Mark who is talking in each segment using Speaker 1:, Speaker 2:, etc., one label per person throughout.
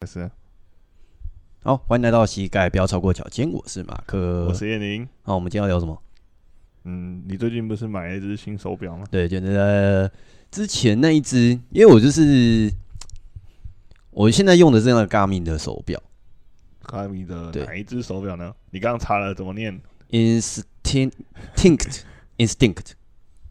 Speaker 1: 可是啊，
Speaker 2: 好，欢迎来到膝盖不要超过脚尖，我是马克。
Speaker 1: 我是叶宁。
Speaker 2: 好，我们今天要聊什么？
Speaker 1: 嗯，你最近不是买了一只新手表吗？
Speaker 2: 对，就是呃之前那一只，因为我就是我现在用的是那个 Garmin 的手表
Speaker 1: 卡米的
Speaker 2: 对
Speaker 1: 哪一只手表呢？你刚刚查了怎么念
Speaker 2: Instinct Instinct，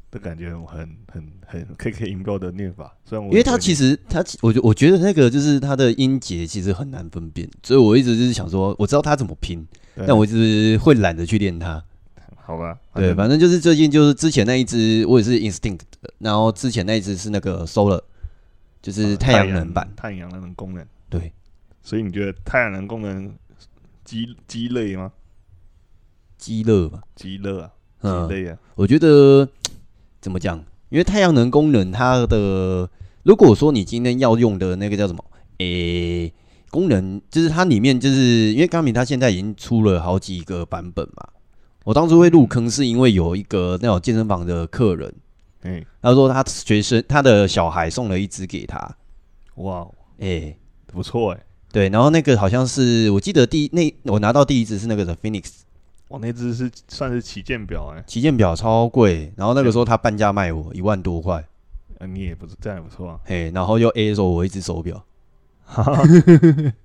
Speaker 1: 的感觉很很很很 KK 音标的念法，虽然我
Speaker 2: 因为它其
Speaker 1: 实
Speaker 2: 实它其，我觉我觉得那个就是它的音节其实很难分辨，所以我一直就是想说，我知道它怎么拼，但我一直会懒得去练它。
Speaker 1: 好吧，
Speaker 2: 对，反正就是最近就是之前那一只我也是 Instinct，的然后之前那一只是那个 Solar，就是太阳能板。
Speaker 1: 太阳能功能，
Speaker 2: 对，
Speaker 1: 所以你觉得太阳能功能鸡鸡肋吗？
Speaker 2: 鸡肋吧。
Speaker 1: 鸡肋啊，
Speaker 2: 嗯
Speaker 1: 鸡，肋啊，
Speaker 2: 我觉得怎么讲？因为太阳能功能它的，如果说你今天要用的那个叫什么，诶、功能就是它里面就是因为钢米它现在已经出了好几个版本嘛。我当初会入坑是因为有一个那种健身房的客人，
Speaker 1: 哎，
Speaker 2: 他说他学生他的小孩送了一只给他，
Speaker 1: 哇，
Speaker 2: 诶、
Speaker 1: 不错哎，
Speaker 2: 对，然后那个好像是我记得第一那我拿到第一只是那个的 Phoenix
Speaker 1: 哇，那只是算是旗舰表哎，
Speaker 2: 旗舰表超贵，然后那个时候他半价卖我一万多块，
Speaker 1: 呃你也不是这样也不错啊，
Speaker 2: 嘿，然后又 A 手我一只手表，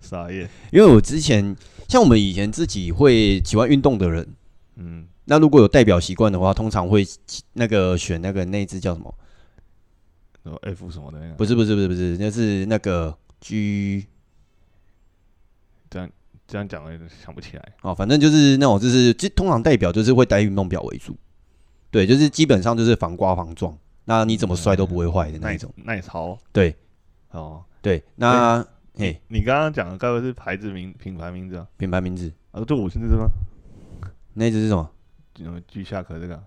Speaker 1: 傻眼，
Speaker 2: 因为我之前像我们以前自己会喜欢运动的人，
Speaker 1: 嗯，
Speaker 2: 那如果有代表习惯的话，通常会那个选那个那只叫什么？
Speaker 1: 然后 F 什么的那个，
Speaker 2: 不是不是不是不是，那是那个 G
Speaker 1: 这样讲我有点想不起来。
Speaker 2: 哦，反正就是那种就是就通常代表就是会带运动表为主，对，就是基本上就是防刮防撞，那你怎么摔都不会坏的那一种，
Speaker 1: 耐操
Speaker 2: 对
Speaker 1: 哦。
Speaker 2: 对，那嘿
Speaker 1: 你刚刚讲的该不会是牌子名品牌名字啊？
Speaker 2: 品牌名字
Speaker 1: 啊，就我是这只吗？
Speaker 2: 那只是什么？
Speaker 1: 嗯，巨下壳这个啊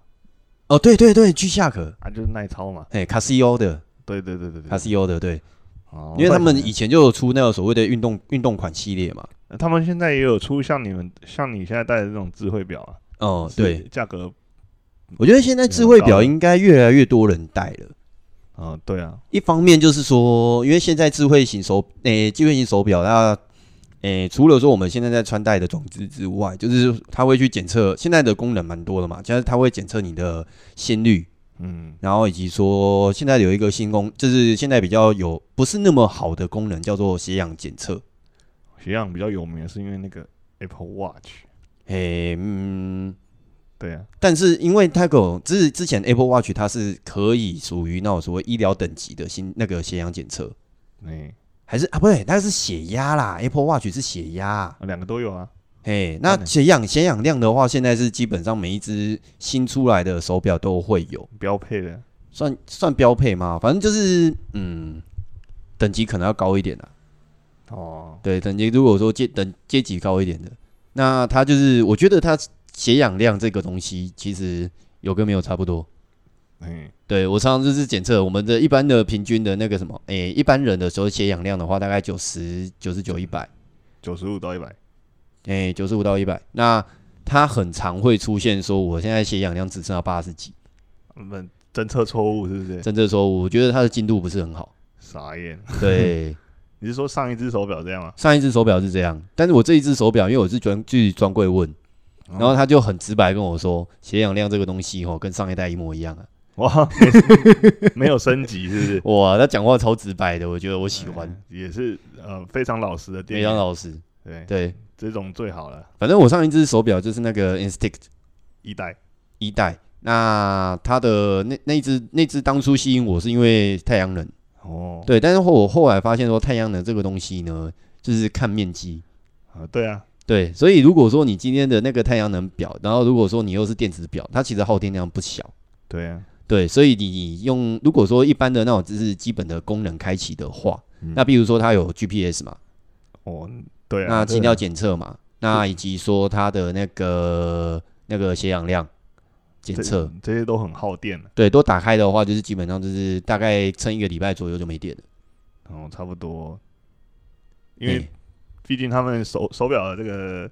Speaker 2: 哦，对对对，巨下壳，
Speaker 1: 啊，就是耐操嘛。
Speaker 2: 哎，卡西欧的，
Speaker 1: 对对对对对
Speaker 2: 卡。西欧的，对，
Speaker 1: 哦
Speaker 2: 因为他们以前就有出那个所谓的运动运动款系列嘛。
Speaker 1: 他们现在也有出像你们像你现在戴的这种智慧表啊。
Speaker 2: 哦，
Speaker 1: 是
Speaker 2: 对，
Speaker 1: 价格
Speaker 2: 我觉得现在智慧表应该越来越多人戴了。
Speaker 1: 啊，对啊，
Speaker 2: 一方面就是说，因为现在智慧型手，诶、智慧型手表，那，诶、除了说我们现在在穿戴的装置之外，就是它会去检测现在的功能蛮多的嘛，就是它会检测你的心率，
Speaker 1: 嗯，
Speaker 2: 然后以及说现在有一个新功，就是现在比较有不是那么好的功能，叫做血氧检测。
Speaker 1: 血氧比较有名的是因为那个 Apple Watch。
Speaker 2: 诶、嗯，
Speaker 1: 对啊，
Speaker 2: 但是因为它有之之前 Apple Watch 它是可以属于那种所谓医疗等级的新那个血氧检测，
Speaker 1: 哎，
Speaker 2: 还是啊不对，那是血压啦，Apple Watch 是血压、
Speaker 1: 啊两个都有啊。
Speaker 2: 嘿，
Speaker 1: 那
Speaker 2: 那
Speaker 1: 呢
Speaker 2: 血氧血氧量的话，现在是基本上每一只新出来的手表都会有，
Speaker 1: 标配的，
Speaker 2: 算算标配吗？反正就是嗯，等级可能要高一点啊啦。
Speaker 1: 哦，
Speaker 2: 对，等级如果说阶等阶级高一点的，那它就是我觉得它血氧量这个东西其实有跟没有差不多。
Speaker 1: 哎，
Speaker 2: 对我常常就是检测我们的一般的平均的那个什么，诶、一般人的时候血氧量的话，大概九十九十九一百，
Speaker 1: 九十五到一百，
Speaker 2: 诶，九十五到一百。那它很常会出现说，我现在血氧量只剩下八十几，
Speaker 1: 那嗯侦测错误是不是？
Speaker 2: 真的说，我觉得它的进度不是很好。
Speaker 1: 傻眼，
Speaker 2: 对，
Speaker 1: 你是说上一只手表这样吗？
Speaker 2: 上一只手表是这样，但是我这一只手表，因为我是专去专柜问，然后他就很直白跟我说，血氧量这个东西哦，跟上一代一模一样啊。
Speaker 1: 哇，没有升级是不是？
Speaker 2: 哇，他讲话超直白的，我觉得我喜欢，
Speaker 1: 嗯也是呃非常老实的店
Speaker 2: 非
Speaker 1: 员，
Speaker 2: 常老实。
Speaker 1: 对
Speaker 2: 对，
Speaker 1: 这种最好了，
Speaker 2: 反正我上一只手表就是那个 Instinct
Speaker 1: 一代
Speaker 2: 一代，那它的那那一只那只当初吸引我是因为太阳能，
Speaker 1: 哦，
Speaker 2: 对，但是后我后来发现说太阳能这个东西呢，就是看面积。
Speaker 1: 啊对啊，
Speaker 2: 对，所以如果说你今天的那个太阳能表，然后如果说你又是电子表，它其实耗电量不小。
Speaker 1: 对啊，
Speaker 2: 对，所以你用如果说一般的那种就是基本的功能开启的话，
Speaker 1: 嗯
Speaker 2: 那比如说它有 GPS 嘛，
Speaker 1: 哦对啊，
Speaker 2: 那
Speaker 1: 对啊
Speaker 2: 心跳检测嘛，那以及说它的那个那个血氧量检
Speaker 1: 这
Speaker 2: 测，
Speaker 1: 这些都很耗电啊了，
Speaker 2: 对，都打开的话，就是基本上就是大概撑一个礼拜左右就没电了。
Speaker 1: 哦差不多，因为
Speaker 2: 嘿
Speaker 1: 毕竟他们手手表的这个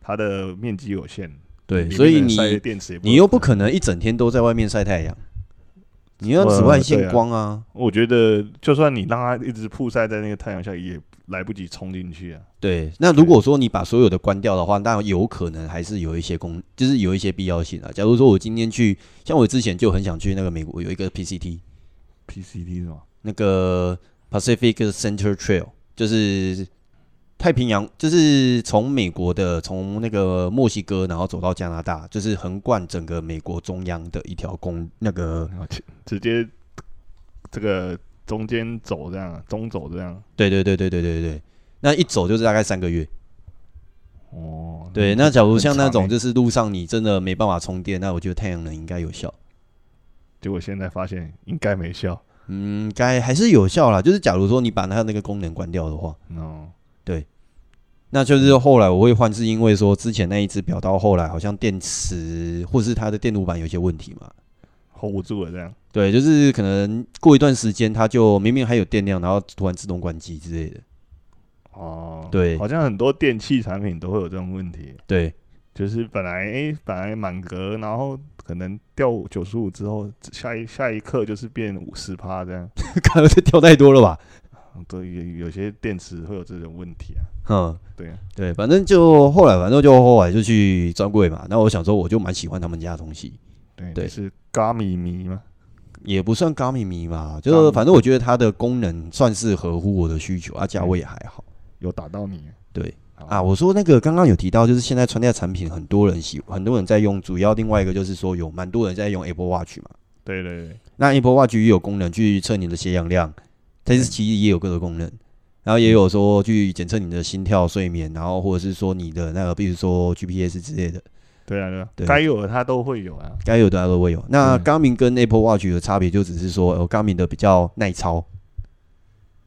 Speaker 1: 它的面积有限，里
Speaker 2: 对，
Speaker 1: 面
Speaker 2: 所以
Speaker 1: 的塞
Speaker 2: 你
Speaker 1: 电池也
Speaker 2: 你又不可能一整天都在外面晒太阳，你要紫
Speaker 1: 呃
Speaker 2: 外
Speaker 1: 对
Speaker 2: 线
Speaker 1: 啊
Speaker 2: 光啊。
Speaker 1: 我觉得就算你让它一直曝晒在那个太阳下，也来不及冲进去啊。
Speaker 2: 对，那如果说你把所有的关掉的话，那有可能还是有一些功，就是有一些必要性啊。假如说我今天去，像我之前就很想去那个美国有一个 PCT，
Speaker 1: PCT 是吗？
Speaker 2: 那个 Pacific Center Trail，就是太平洋，就是从美国的从那个墨西哥，然后走到加拿大，就是横贯整个美国中央的一条公那个，
Speaker 1: 然后切直接这个中间走这样啊，中走这样。
Speaker 2: 对对对对对对对，那一走就是大概三个月。
Speaker 1: 哦，
Speaker 2: 对，那假如像那种
Speaker 1: 很长欸
Speaker 2: 就是路上你真的没办法充电，那我觉得太阳能应该有效。
Speaker 1: 结果现在发现应该没效。
Speaker 2: 嗯，该还是有效啦。就是假如说你把它那个功能关掉的话，
Speaker 1: 哦，
Speaker 2: 那就是后来我会换，是因为说之前那一只表到后来好像电池或是它的电路板有些问题嘛。
Speaker 1: ，hold 不住了这样。
Speaker 2: 对，就是可能过一段时间它就明明还有电量，然后突然自动关机之类的。
Speaker 1: 哦，
Speaker 2: 对
Speaker 1: 好像很多电器产品都会有这种问题，
Speaker 2: 对
Speaker 1: 就是本来诶、本来满格，然后可能掉九十五之后，下一下一刻就是变五十趴这样。
Speaker 2: 可能是掉太多了吧？
Speaker 1: 对，有有些电池会有这种问题啊。
Speaker 2: 嗯，
Speaker 1: 对啊
Speaker 2: 对，反正就后来，反正就后来就去专柜嘛。那我想说，我就蛮喜欢他们家的东西，
Speaker 1: 对，
Speaker 2: 对
Speaker 1: 就是咖米迷嘛。
Speaker 2: 也不算高米迷嘛，
Speaker 1: 高
Speaker 2: 就
Speaker 1: 米
Speaker 2: 反正我觉得它的功能算是合乎我的需求，啊，价位也还好。
Speaker 1: 有打到你
Speaker 2: 对
Speaker 1: 好
Speaker 2: 啊，我说那个刚刚有提到，就是现在穿戴产品很多人喜，很多人在用，主要另外一个就是说有蛮多人在用 Apple Watch 嘛。
Speaker 1: 对对对，
Speaker 2: 那 Apple Watch 也有功能去测你的血氧量，但是其实也有各个功能，然后也有说去检测你的心跳、睡眠，然后或者是说你的那个，比如说 GPS 之类的，
Speaker 1: 对啊对啊
Speaker 2: 对，
Speaker 1: 该有的它都会有啊。
Speaker 2: 该有的它都会有。那
Speaker 1: 嗯
Speaker 2: Garmin 跟 Apple Watch 的差别就只是说，呃，Garmin 的比较耐操，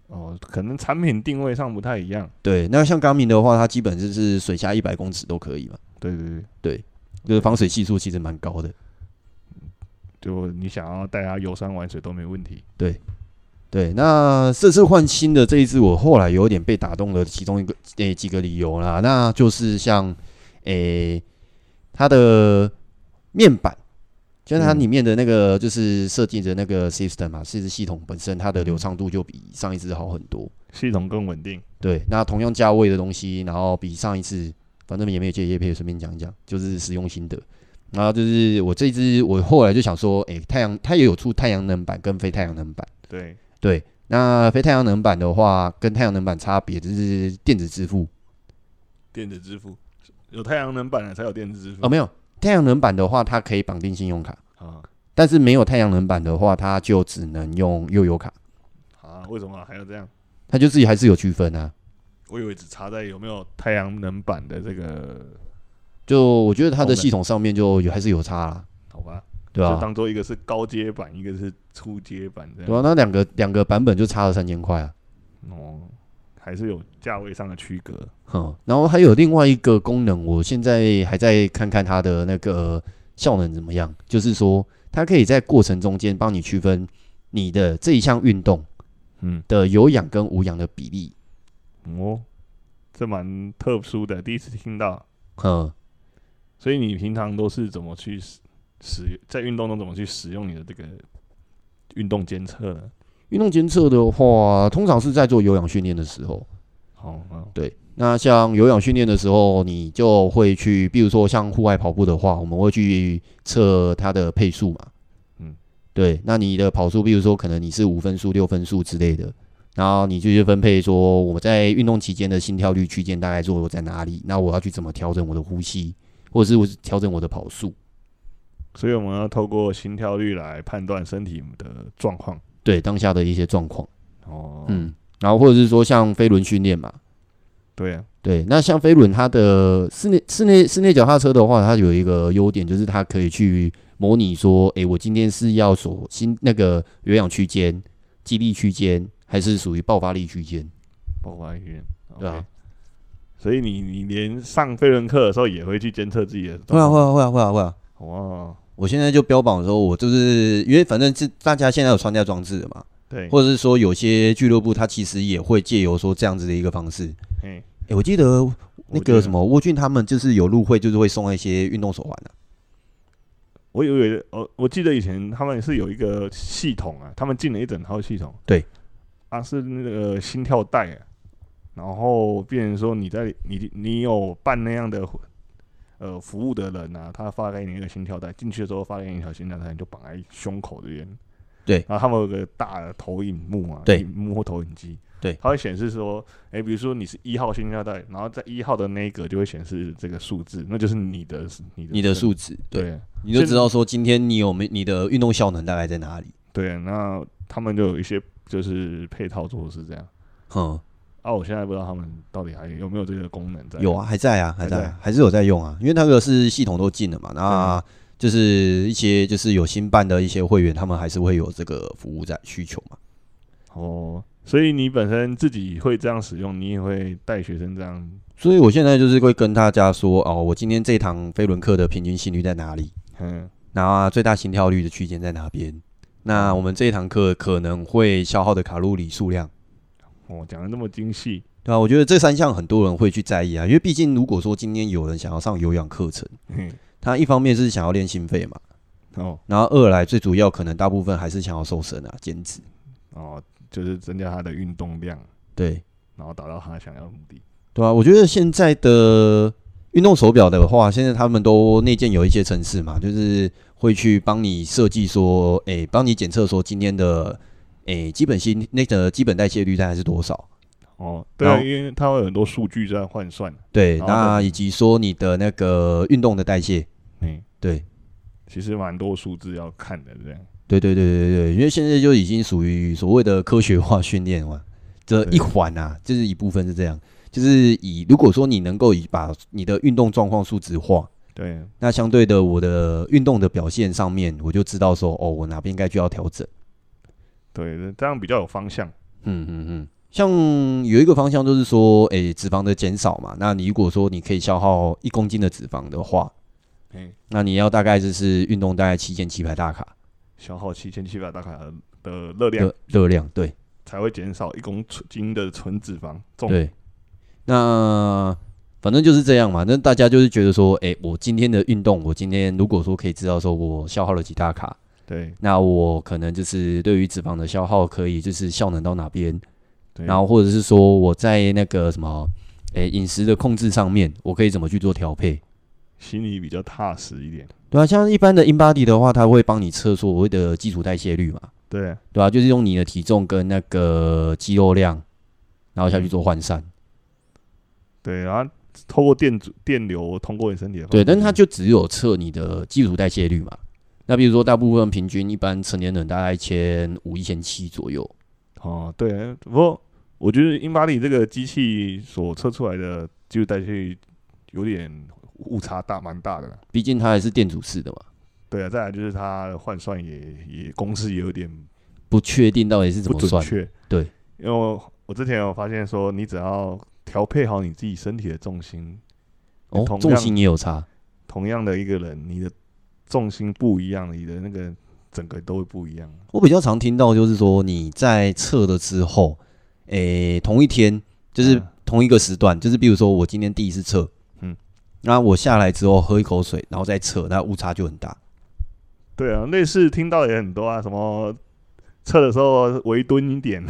Speaker 1: 哦，可能产品定位上不太一样。
Speaker 2: 对。那像 Garmin 的话，它基本就是水下一百公尺都可以嘛，
Speaker 1: 对对对，
Speaker 2: 就是防水系数其实蛮高的。
Speaker 1: 就你想要带它游山玩水都没问题。
Speaker 2: 对，那这次换新的这一支，我后来有点被打动的其中一个诶、几个理由啦，那就是像诶、它的面板，就是它
Speaker 1: 嗯
Speaker 2: 里面的那个就是设计的那个 system 嘛，是系统本身它的流畅度就比上一支好很多。
Speaker 1: 系统更稳定。
Speaker 2: 对，那同样价位的东西，然后比上一次，反正也没有借叶配，顺便讲一讲，就是使用心得。然后就是我这支，我后来就想说，诶、太阳它也有出太阳能板跟非太阳能板。
Speaker 1: 对，
Speaker 2: 对，那非太阳能板的话，跟太阳能板差别就是电子支付
Speaker 1: 电子支付有太阳能板了才有电子支付
Speaker 2: 哦，没有太阳能板的话，它可以绑定信用卡，
Speaker 1: 啊
Speaker 2: 但是没有太阳能板的话，它就只能用悠游卡，
Speaker 1: 啊！为什么还要这样？
Speaker 2: 它就自己还是有区分啊。
Speaker 1: 我以为只差在有没有太阳能板的这个，
Speaker 2: 就我觉得它的
Speaker 1: 功能
Speaker 2: 系统上面就有还是有差啦，
Speaker 1: 好吧？
Speaker 2: 对吧、
Speaker 1: 就当做一个是高阶版，一个是初阶版这
Speaker 2: 对啊，
Speaker 1: 样。
Speaker 2: 那两个两个版本就差了三千块啊。
Speaker 1: 哦，还是有价位上的区隔。
Speaker 2: 哼，然后还有另外一个功能，我现在还在看看它的那个效能怎么样。就是说，它可以在过程中间帮你区分你的这一项运动
Speaker 1: 嗯，
Speaker 2: 的有氧跟无氧的比例。
Speaker 1: 哦，这蛮特殊的，第一次听到。
Speaker 2: 哼，
Speaker 1: 所以你平常都是怎么去使使在运动中怎么去使用你的这个运动监测呢？
Speaker 2: 运动监测的话，通常是在做有氧训练的时候。
Speaker 1: 哦哦，
Speaker 2: 对，那像有氧训练的时候，你就会去，比如说像户外跑步的话，我们会去测它的配速嘛。嗯
Speaker 1: 嗯，
Speaker 2: 对，那你的跑速，比如说可能你是五分数、六分数之类的，然后你就去分配说我在运动期间的心跳率区间大概坐落在哪里，那我要去怎么调整我的呼吸，或者是我调整我的跑速。
Speaker 1: 所以我们要透过心跳率来判断身体的状况。
Speaker 2: 对当下的一些状况，
Speaker 1: 哦，，
Speaker 2: 嗯，然后或者是说像飞轮训练嘛，
Speaker 1: 对啊，
Speaker 2: 对，那像飞轮，它的室内室内室内脚踏车的话，它有一个优点，就是它可以去模拟说，诶、我今天是要所新那个有氧区间、肌力区间，还是属于爆发力区间？
Speaker 1: 爆发医院，
Speaker 2: 对啊
Speaker 1: OK。所以你你连上飞轮课的时候也会去监测自己的
Speaker 2: 会啊，
Speaker 1: 状况。
Speaker 2: 会啊，会啊，会啊，会啊！
Speaker 1: 哇，
Speaker 2: 我现在就标榜说，我就是因为反正是大家现在有穿戴装置的嘛，
Speaker 1: 对，
Speaker 2: 或者是说有些俱乐部它其实也会借由说这样子的一个方式。
Speaker 1: 嘿
Speaker 2: 诶、我记得那
Speaker 1: 我觉
Speaker 2: 个
Speaker 1: 得
Speaker 2: 什么沃俊他们就是有入会，就是会送一些运动手环啊的、
Speaker 1: 我以为哦，我记得以前他们是有一个系统啊，他们进了一整套系统。
Speaker 2: 对，
Speaker 1: 啊，是那个心跳带啊，然后变成说你在你你有办那样的呃服务的人啊，他发给你一个心跳带，进去的时候发给你一条心跳带，你就绑在胸口这边。
Speaker 2: 对
Speaker 1: 然后他们有个大的投影幕啊，
Speaker 2: 对
Speaker 1: 影幕或投影机，
Speaker 2: 对
Speaker 1: 它会显示说，哎、比如说你是一号心跳带，然后在一号的那一格就会显示这个数字，那就是你的你的
Speaker 2: 你的
Speaker 1: 身
Speaker 2: 数值，对，
Speaker 1: 对
Speaker 2: 你就知道说今天你有没你的运动效能大概在哪里。
Speaker 1: 对，那他们就有一些就是配套措施这样。
Speaker 2: 嗯，
Speaker 1: 啊，我现在不知道他们到底还有没有这个功能在。
Speaker 2: 有啊，还在啊，还
Speaker 1: 还
Speaker 2: 在
Speaker 1: 在
Speaker 2: 啊，还是有在用啊，因为那个是系统都进了嘛，那就是一些就是有新办的一些会员，他们还是会有这个服务在需求嘛。
Speaker 1: 哦，所以你本身自己会这样使用，你也会带学生这样。
Speaker 2: 所以我现在就是会跟大家说哦，我今天这一堂飞轮课的平均心率在哪里，
Speaker 1: 嗯，
Speaker 2: 那最大心跳率的区间在哪边？那我们这一堂课可能会消耗的卡路里数量，
Speaker 1: 我哦讲的那么精细，
Speaker 2: 对啊，我觉得这三项很多人会去在意啊，因为毕竟如果说今天有人想要上有氧课程，
Speaker 1: 嘿，
Speaker 2: 他一方面是想要练心肺嘛，
Speaker 1: 哦
Speaker 2: 然后二来最主要可能大部分还是想要瘦身啊，减脂。
Speaker 1: 哦，就是增加他的运动量，
Speaker 2: 对，
Speaker 1: 然后达到他想要的目的。
Speaker 2: 对啊，我觉得现在的运动手表的话，现在他们都内建有一些程式嘛，就是会去帮你设计说，诶、帮你检测说今天的诶、基本心那个基本代谢率大概是多少。
Speaker 1: 哦，对啊，
Speaker 2: 然后
Speaker 1: 因为它会有很多数据在换算。
Speaker 2: 对，
Speaker 1: 然后
Speaker 2: 那
Speaker 1: 呢
Speaker 2: 以及说你的那个运动的代谢，
Speaker 1: 嗯，
Speaker 2: 对，
Speaker 1: 其实蛮多数字要看的，这样。
Speaker 2: 对对对对对，因为现在就已经属于所谓的科学化训练嘛，这
Speaker 1: 对
Speaker 2: 一环啊，就是一部分是这样，就是以如果说你能够以把你的运动状况数值化，
Speaker 1: 对，
Speaker 2: 那相对的我的运动的表现上面，我就知道说哦，我哪边该就要调整。
Speaker 1: 对，这样比较有方向。
Speaker 2: 嗯嗯嗯，像有一个方向就是说，诶，脂肪的减少嘛，那你如果说你可以消耗一公斤的脂肪的话，
Speaker 1: 嗯，
Speaker 2: 那你要大概就是运动大概七千七百大卡
Speaker 1: 消耗七千七百大卡的的热量
Speaker 2: 的，热量，对。
Speaker 1: 才会减少一公斤的纯脂肪重。
Speaker 2: 对，那反正就是这样嘛。那大家就是觉得说，哎、我今天的运动，我今天如果说可以知道说我消耗了几大卡，
Speaker 1: 对
Speaker 2: 那我可能就是对于脂肪的消耗可以就是效能到哪边，
Speaker 1: 对，
Speaker 2: 然后或者是说我在那个什么，哎、饮食的控制上面，我可以怎么去做调配？
Speaker 1: 心里比较踏实一点。
Speaker 2: 对啊，像一般的 InBody 的话，它会帮你测所谓的基础代谢率嘛，
Speaker 1: 对，
Speaker 2: 对啊，就是用你的体重跟那个肌肉量，然后下去做换算。
Speaker 1: 对，然后透过电阻电流通过你身体的方
Speaker 2: 对，
Speaker 1: 式，
Speaker 2: 但是它就只有测你的基础代谢率嘛。那比如说，大部分平均一般成年人大概一千五、一千七左右。
Speaker 1: 哦，对，不过我觉得英巴利这个机器所测出来的基础代谢率有点误差大，蛮大的啦。
Speaker 2: 毕竟它还是电阻式的嘛，
Speaker 1: 对啊，再来就是它的换算也也公式也有点
Speaker 2: 不确定到底是怎
Speaker 1: 不
Speaker 2: 么
Speaker 1: 准
Speaker 2: 算。
Speaker 1: 确。
Speaker 2: 对，
Speaker 1: 因为我我之前有发现说，你只要调配好你自己身体的重心，
Speaker 2: 哦
Speaker 1: 同，
Speaker 2: 重
Speaker 1: 样
Speaker 2: 心也有差。
Speaker 1: 同样的一个人，你的重心不一样，你的那个整个都会不一样。
Speaker 2: 我比较常听到就是说，你在测了之后，诶、同一天就是
Speaker 1: 嗯
Speaker 2: 同一个时段，就是比如说我今天第一次测，嗯
Speaker 1: 嗯，
Speaker 2: 那我下来之后喝一口水，然后再测，那误差就很大。
Speaker 1: 对啊，类似听到也很多啊，什么测的时候围蹲一点，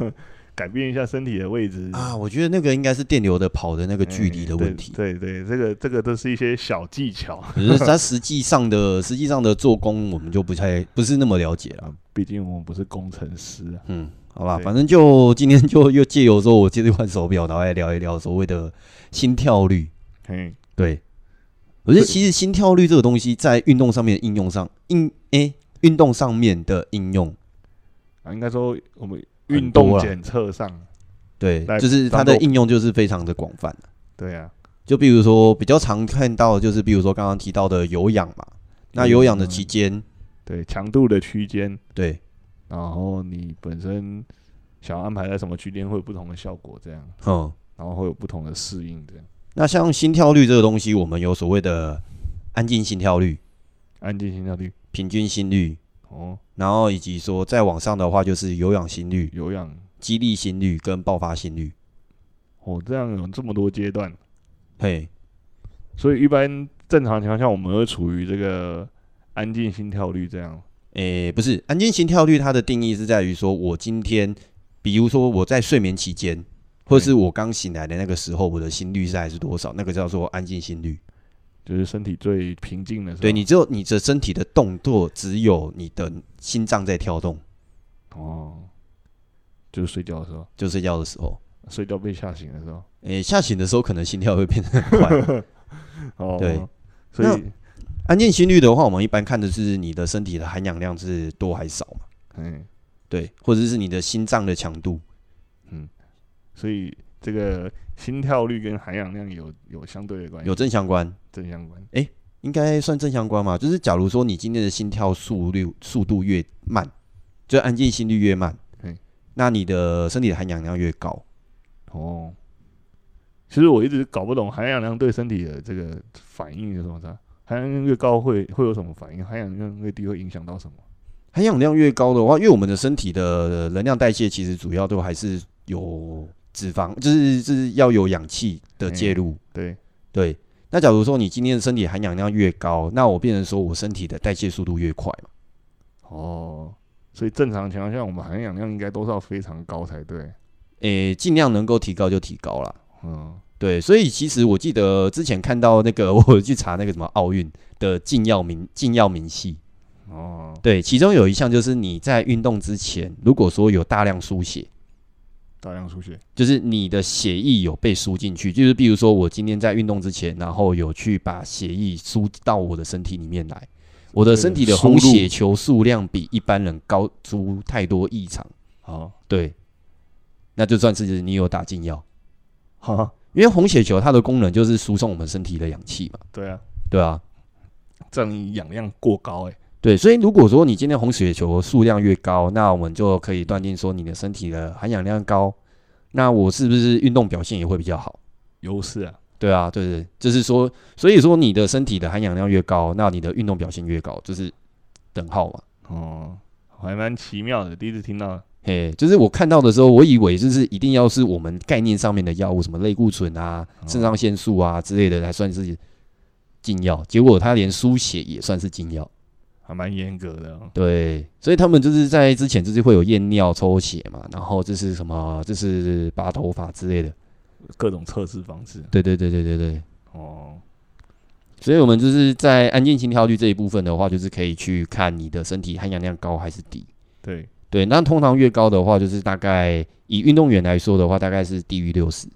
Speaker 1: 改变一下身体的位置
Speaker 2: 啊，我觉得那个应该是电流的跑的那个
Speaker 1: 的
Speaker 2: 距离的问题。
Speaker 1: 哎对对对，这个这个都是一些小技巧
Speaker 2: 可是它实际上的实际上的做工，我们就不太不是那么了解了。
Speaker 1: 啊，毕竟我们不是工程师啊。
Speaker 2: 嗯，好吧，
Speaker 1: 对
Speaker 2: 反正就今天就又借由说我借这款手表，然后来聊一聊所谓的心跳率。
Speaker 1: 嘿，
Speaker 2: 对，我觉得
Speaker 1: 对
Speaker 2: 其实心跳率这个东西在运动上面的应用上，应诶运动上面的应用，
Speaker 1: 啊，应该说我们
Speaker 2: 很
Speaker 1: 运动
Speaker 2: 多啊
Speaker 1: 检测上，
Speaker 2: 对
Speaker 1: 来，
Speaker 2: 就是它
Speaker 1: 当
Speaker 2: 的
Speaker 1: 做
Speaker 2: 应用就是非常的广泛。
Speaker 1: 对啊，
Speaker 2: 就比如说比较常看到的就是比如说刚刚提到的有氧嘛，那有氧的期间，
Speaker 1: 嗯对强度的区间，
Speaker 2: 对，
Speaker 1: 然后你本身想要安排在什么区间会有不同的效果，这样，
Speaker 2: 嗯。
Speaker 1: 然后会有不同的适应，这样
Speaker 2: 那像心跳率这个东西，我们有所谓的安静心跳率、
Speaker 1: 安静心跳率，
Speaker 2: 平均心率，
Speaker 1: 哦，
Speaker 2: 然后以及说再往上的话就是有氧心率、
Speaker 1: 有氧，
Speaker 2: 激励心率跟爆发心率。
Speaker 1: 哦，这样有这么多阶段。
Speaker 2: 嘿，
Speaker 1: 所以一般正常情况下，我们会处于这个安静心跳率这样。
Speaker 2: 诶，不是，安静心跳率它的定义是在于说，我今天，比如说我在睡眠期间，或是我刚醒来的那个时候，我的心率是还是多少，那个叫做安静心率。
Speaker 1: 就是身体最平静的时候。
Speaker 2: 对你只有你的身体的动作，只有你的心脏在跳动，
Speaker 1: 哦，就是睡觉的时候，
Speaker 2: 就睡觉的时候。
Speaker 1: 睡觉被吓醒的时候。
Speaker 2: 诶、吓醒的时候可能心跳会变得很快。
Speaker 1: 哦，
Speaker 2: 对，
Speaker 1: 所以
Speaker 2: 安静心率的话，我们一般看的是你的身体的含氧量是多还少嘛？
Speaker 1: 嗯，
Speaker 2: 对，或者是你的心脏的强度。
Speaker 1: 所以这个心跳率跟含氧量有有相对的关系，
Speaker 2: 有正相关，
Speaker 1: 正相关。
Speaker 2: 应该算正相关嘛？就是假如说你今天的心跳速率速度越慢，就安静心率越慢
Speaker 1: 嗯，
Speaker 2: 那你的身体的含氧量越高。
Speaker 1: 哦，其实我一直搞不懂含氧量对身体的这个反应有什么差。含氧量越高会会有什么反应？含氧量越低会影响到什么？
Speaker 2: 含氧量越高的话，因为我们的身体的能量代谢其实主要都还是有脂肪，就是就是要有氧气的介入。
Speaker 1: 对，
Speaker 2: 对，那假如说你今天的身体含氧量越高，那我变成说我身体的代谢速度越快嘛？
Speaker 1: 哦，所以正常情况下，我们含氧量应该都是要非常高才对。
Speaker 2: 诶、尽量能够提高就提高啦。
Speaker 1: 嗯，
Speaker 2: 对，所以其实我记得之前看到那个， 我有去查那个什么奥运的禁药明禁药明细，
Speaker 1: 哦，
Speaker 2: 对，其中有一项就是你在运动之前，如果说有大量输血，
Speaker 1: 大量出血。
Speaker 2: 就是你的血液有被输进去，就是比如说我今天在运动之前，然后有去把血液输到我的身体里面来，我的身体的红血球数量比一般人高出太多异常，
Speaker 1: 好，
Speaker 2: 对，那就算是你有打禁药，
Speaker 1: 好，
Speaker 2: 因为红血球它的功能就是输送我们身体的氧气嘛，
Speaker 1: 对啊，
Speaker 2: 对啊，
Speaker 1: 这样你氧量过高、欸，哎，
Speaker 2: 对，所以如果说你今天红血球数量越高，那我们就可以断定说你的身体的含氧量高，那我是不是运动表现也会比较好？
Speaker 1: 优势啊。
Speaker 2: 对啊，对对，就是说，所以说你的身体的含氧量越高，那你的运动表现越高，就是等号嘛。
Speaker 1: 哦，还蛮奇妙的，第一次听到。
Speaker 2: 嘿，就是我看到的时候，我以为就是一定要是我们概念上面的药物，什么类固醇啊、肾上腺素啊之类的才算是禁药，结果它连输血也算是禁药。
Speaker 1: 还蛮严格的、哦，
Speaker 2: 对，所以他们就是在之前就是会有验尿、抽血嘛，然后就是什么，就是拔头发之类的。
Speaker 1: 各种测试方式。
Speaker 2: 对对对对对对。
Speaker 1: 哦，
Speaker 2: 所以我们就是在安静心跳率这一部分的话，就是可以去看你的身体含氧量高还是低。
Speaker 1: 对，
Speaker 2: 对，那通常越高的话，就是大概以运动员来说的话，大概是低于六十，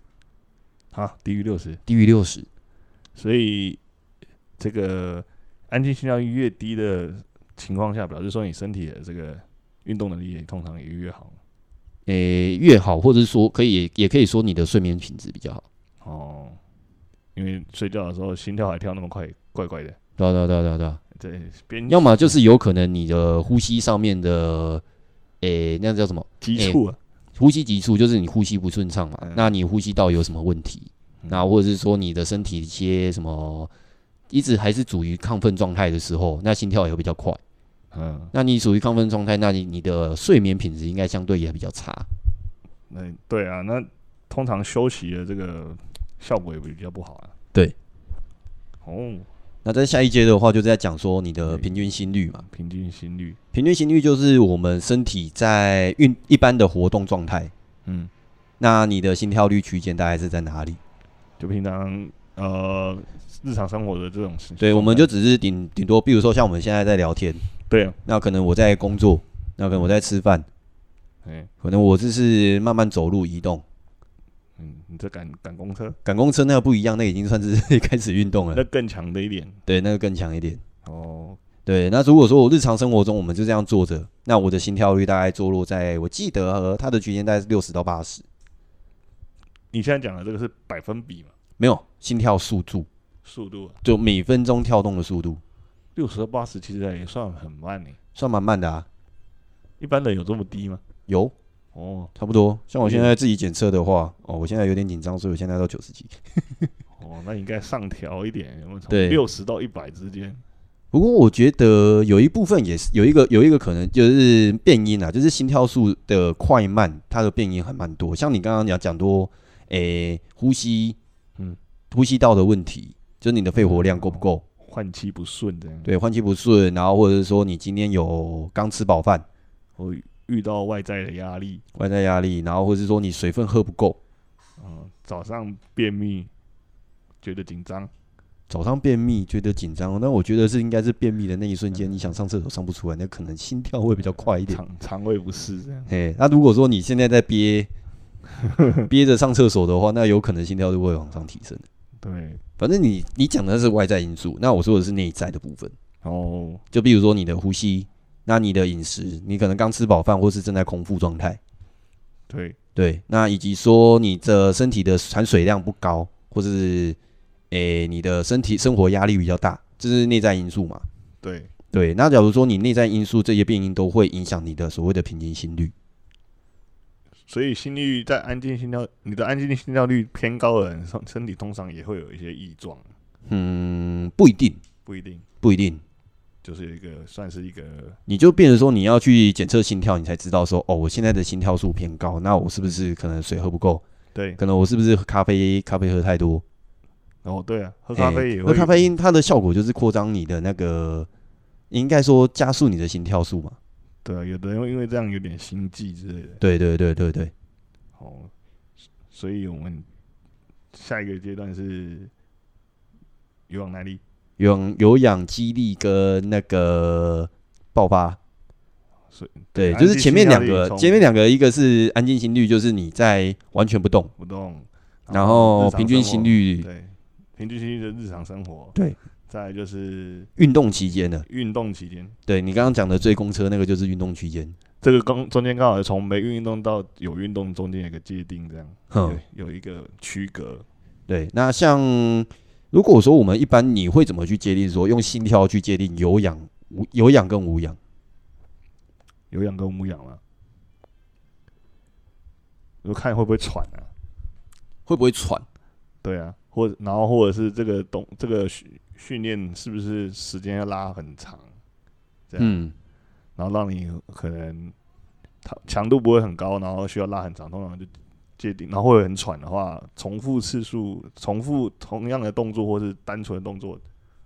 Speaker 1: 好，低于六十，
Speaker 2: 低于六十。
Speaker 1: 所以这个安静心跳越低的情况下，表示说你身体的这个运动能力也通常也越好。
Speaker 2: 诶，越好，或者是说可以，也可以说你的睡眠品质比较好。
Speaker 1: 哦，因为睡觉的时候心跳还跳那么快，怪怪的。
Speaker 2: 对啊对啊对啊对啊对啊。
Speaker 1: 对，边
Speaker 2: 要么就是有可能你的呼吸上面的，诶，那叫什么？
Speaker 1: 急促啊，
Speaker 2: 呼吸急促就是你呼吸不顺畅嘛，
Speaker 1: 嗯
Speaker 2: 那你呼吸道有什么问题？
Speaker 1: 嗯
Speaker 2: 那或者是说你的身体一些什么，一直还是处于亢奋状态的时候，那心跳也会比较快。
Speaker 1: 嗯，
Speaker 2: 那你处于亢奋状态，那你你的睡眠品质应该相对也比较差。
Speaker 1: 那对啊，那通常休息的这个效果也比较不好啊。
Speaker 2: 对，
Speaker 1: 哦，
Speaker 2: 那在下一阶的话，就是在讲说你的
Speaker 1: 对
Speaker 2: 平均心率嘛。
Speaker 1: 平均心率，
Speaker 2: 平均心率就是我们身体在运一般的活动状态，
Speaker 1: 嗯。
Speaker 2: 那你的心跳率区间大概是在哪里？
Speaker 1: 就平常呃日常生活的这种事情。
Speaker 2: 对，我们就只是顶顶多，比如说像我们现在在聊天，
Speaker 1: 对啊，
Speaker 2: 那可能我在工作，那可能我在吃饭，
Speaker 1: 哎，
Speaker 2: 可能我就是慢慢走路移动，
Speaker 1: 嗯，你这赶赶公车，
Speaker 2: 赶公车那个不一样，那个已经算是 开始运动了
Speaker 1: 那。更强的一点
Speaker 2: 对，那个更强一点。
Speaker 1: 哦，
Speaker 2: 对，那如果说我日常生活中我们就这样坐着，那我的心跳率大概坐落在我记得呃它的区间大概是六十到八十，
Speaker 1: 你现在讲的这个是百分比嘛，
Speaker 2: 没有心跳速度，
Speaker 1: 速度啊，
Speaker 2: 就每分钟跳动的速度，
Speaker 1: 六十到八十其实也算很慢欸呢、
Speaker 2: 算蛮慢的啊。
Speaker 1: 一般人有这么低吗？
Speaker 2: 有
Speaker 1: 哦
Speaker 2: 差不多，像我现在自己检测的话，哦，我现在有点紧张，所以我现在到九十几。
Speaker 1: 哦，那应该上调一点，有没有从
Speaker 2: 对
Speaker 1: 六十到一百之间？
Speaker 2: 不过我觉得有一部分也是有一个有一个可能就是变音啊，就是心跳数的快慢，它的变音还蛮多。像你刚刚讲讲多，诶、呼吸，嗯
Speaker 1: 嗯，
Speaker 2: 呼吸道的问题，就是你的肺活量够不够？
Speaker 1: 换气不顺这样，
Speaker 2: 对，换气不顺，然后或者是说你今天有刚吃饱饭，
Speaker 1: 我遇到外在的压力，
Speaker 2: 外在压力，然后或者是说你水分喝不够，
Speaker 1: 嗯，早上便秘，觉得紧张，
Speaker 2: 早上便秘觉得紧张，但我觉得是应该是便秘的那一瞬间，你想上厕所上不出来，那可能心跳会比较快一点。
Speaker 1: 肠肠胃不适这样。
Speaker 2: 哎，那如果说你现在在憋 憋着上厕所的话，那有可能心跳就会往上提升。
Speaker 1: 对，
Speaker 2: 反正你你讲的是外在因素，那我说的是内在的部分。
Speaker 1: 然后
Speaker 2: 就比如说你的呼吸，那你的饮食，你可能刚吃饱饭或是正在空腹状态，
Speaker 1: 对，
Speaker 2: 对，那以及说你的身体的含水量不高，或是诶、你的身体生活压力比较大，这是内在因素嘛？
Speaker 1: 对，
Speaker 2: 对，那假如说你内在因素这些变因都会影响你的所谓的平均心率，
Speaker 1: 所以心率在安静心跳，你的安静心跳率偏高的人，身身体通常也会有一些异状，
Speaker 2: 嗯，不一定，
Speaker 1: 不一定，
Speaker 2: 不一定，
Speaker 1: 就是有一个算是一个
Speaker 2: 你就变成说你要去检测心跳，你才知道说哦，我现在的心跳数偏高，那我是不是可能水喝不够？
Speaker 1: 对，
Speaker 2: 可能我是不是喝咖啡咖啡喝太多？
Speaker 1: 哦对啊，喝
Speaker 2: 喝
Speaker 1: 咖啡也会
Speaker 2: 哎喝咖啡因它的效果就是扩张你的那个，应该说加速你的心跳数嘛。
Speaker 1: 对啊，有的人会因为这样有点心悸之类的。
Speaker 2: 对对对对对，
Speaker 1: 哦，所以我们下一个阶段是有往哪里？
Speaker 2: 有有氧激励跟那个爆发。
Speaker 1: 所以
Speaker 2: 对，
Speaker 1: 安
Speaker 2: 就是
Speaker 1: 静
Speaker 2: 前面
Speaker 1: 心跳
Speaker 2: 两
Speaker 1: 率
Speaker 2: 个，
Speaker 1: 从
Speaker 2: 前面两个，一个是安静心率，就是你在完全不动，
Speaker 1: 不动，
Speaker 2: 然后
Speaker 1: 日哦常
Speaker 2: 平均
Speaker 1: 生
Speaker 2: 心
Speaker 1: 活
Speaker 2: 率
Speaker 1: 对，平均心率的日常生活，
Speaker 2: 对，
Speaker 1: 再来就是
Speaker 2: 运动期间的。
Speaker 1: 运动期间，
Speaker 2: 对你刚刚讲的追公车那个就是运动期间，
Speaker 1: 这个刚中间刚好从没运动到有运动中间有个界定，这样
Speaker 2: 哼，
Speaker 1: 有有一个区隔，
Speaker 2: 对，那像如果说我们一般你会怎么去界定说用心跳去界定有氧无有氧跟无氧？
Speaker 1: 有氧跟无氧嘛。我看会不会喘啊？
Speaker 2: 会不会喘？
Speaker 1: 对啊，或然后或者是这个动这个训训练是不是时间要拉很长，对啊
Speaker 2: 嗯，
Speaker 1: 然后让你可能它强度不会很高，然后需要拉很长，通常就界定，然后会很喘的话，重复次数、重复同样的动作或是单纯的动作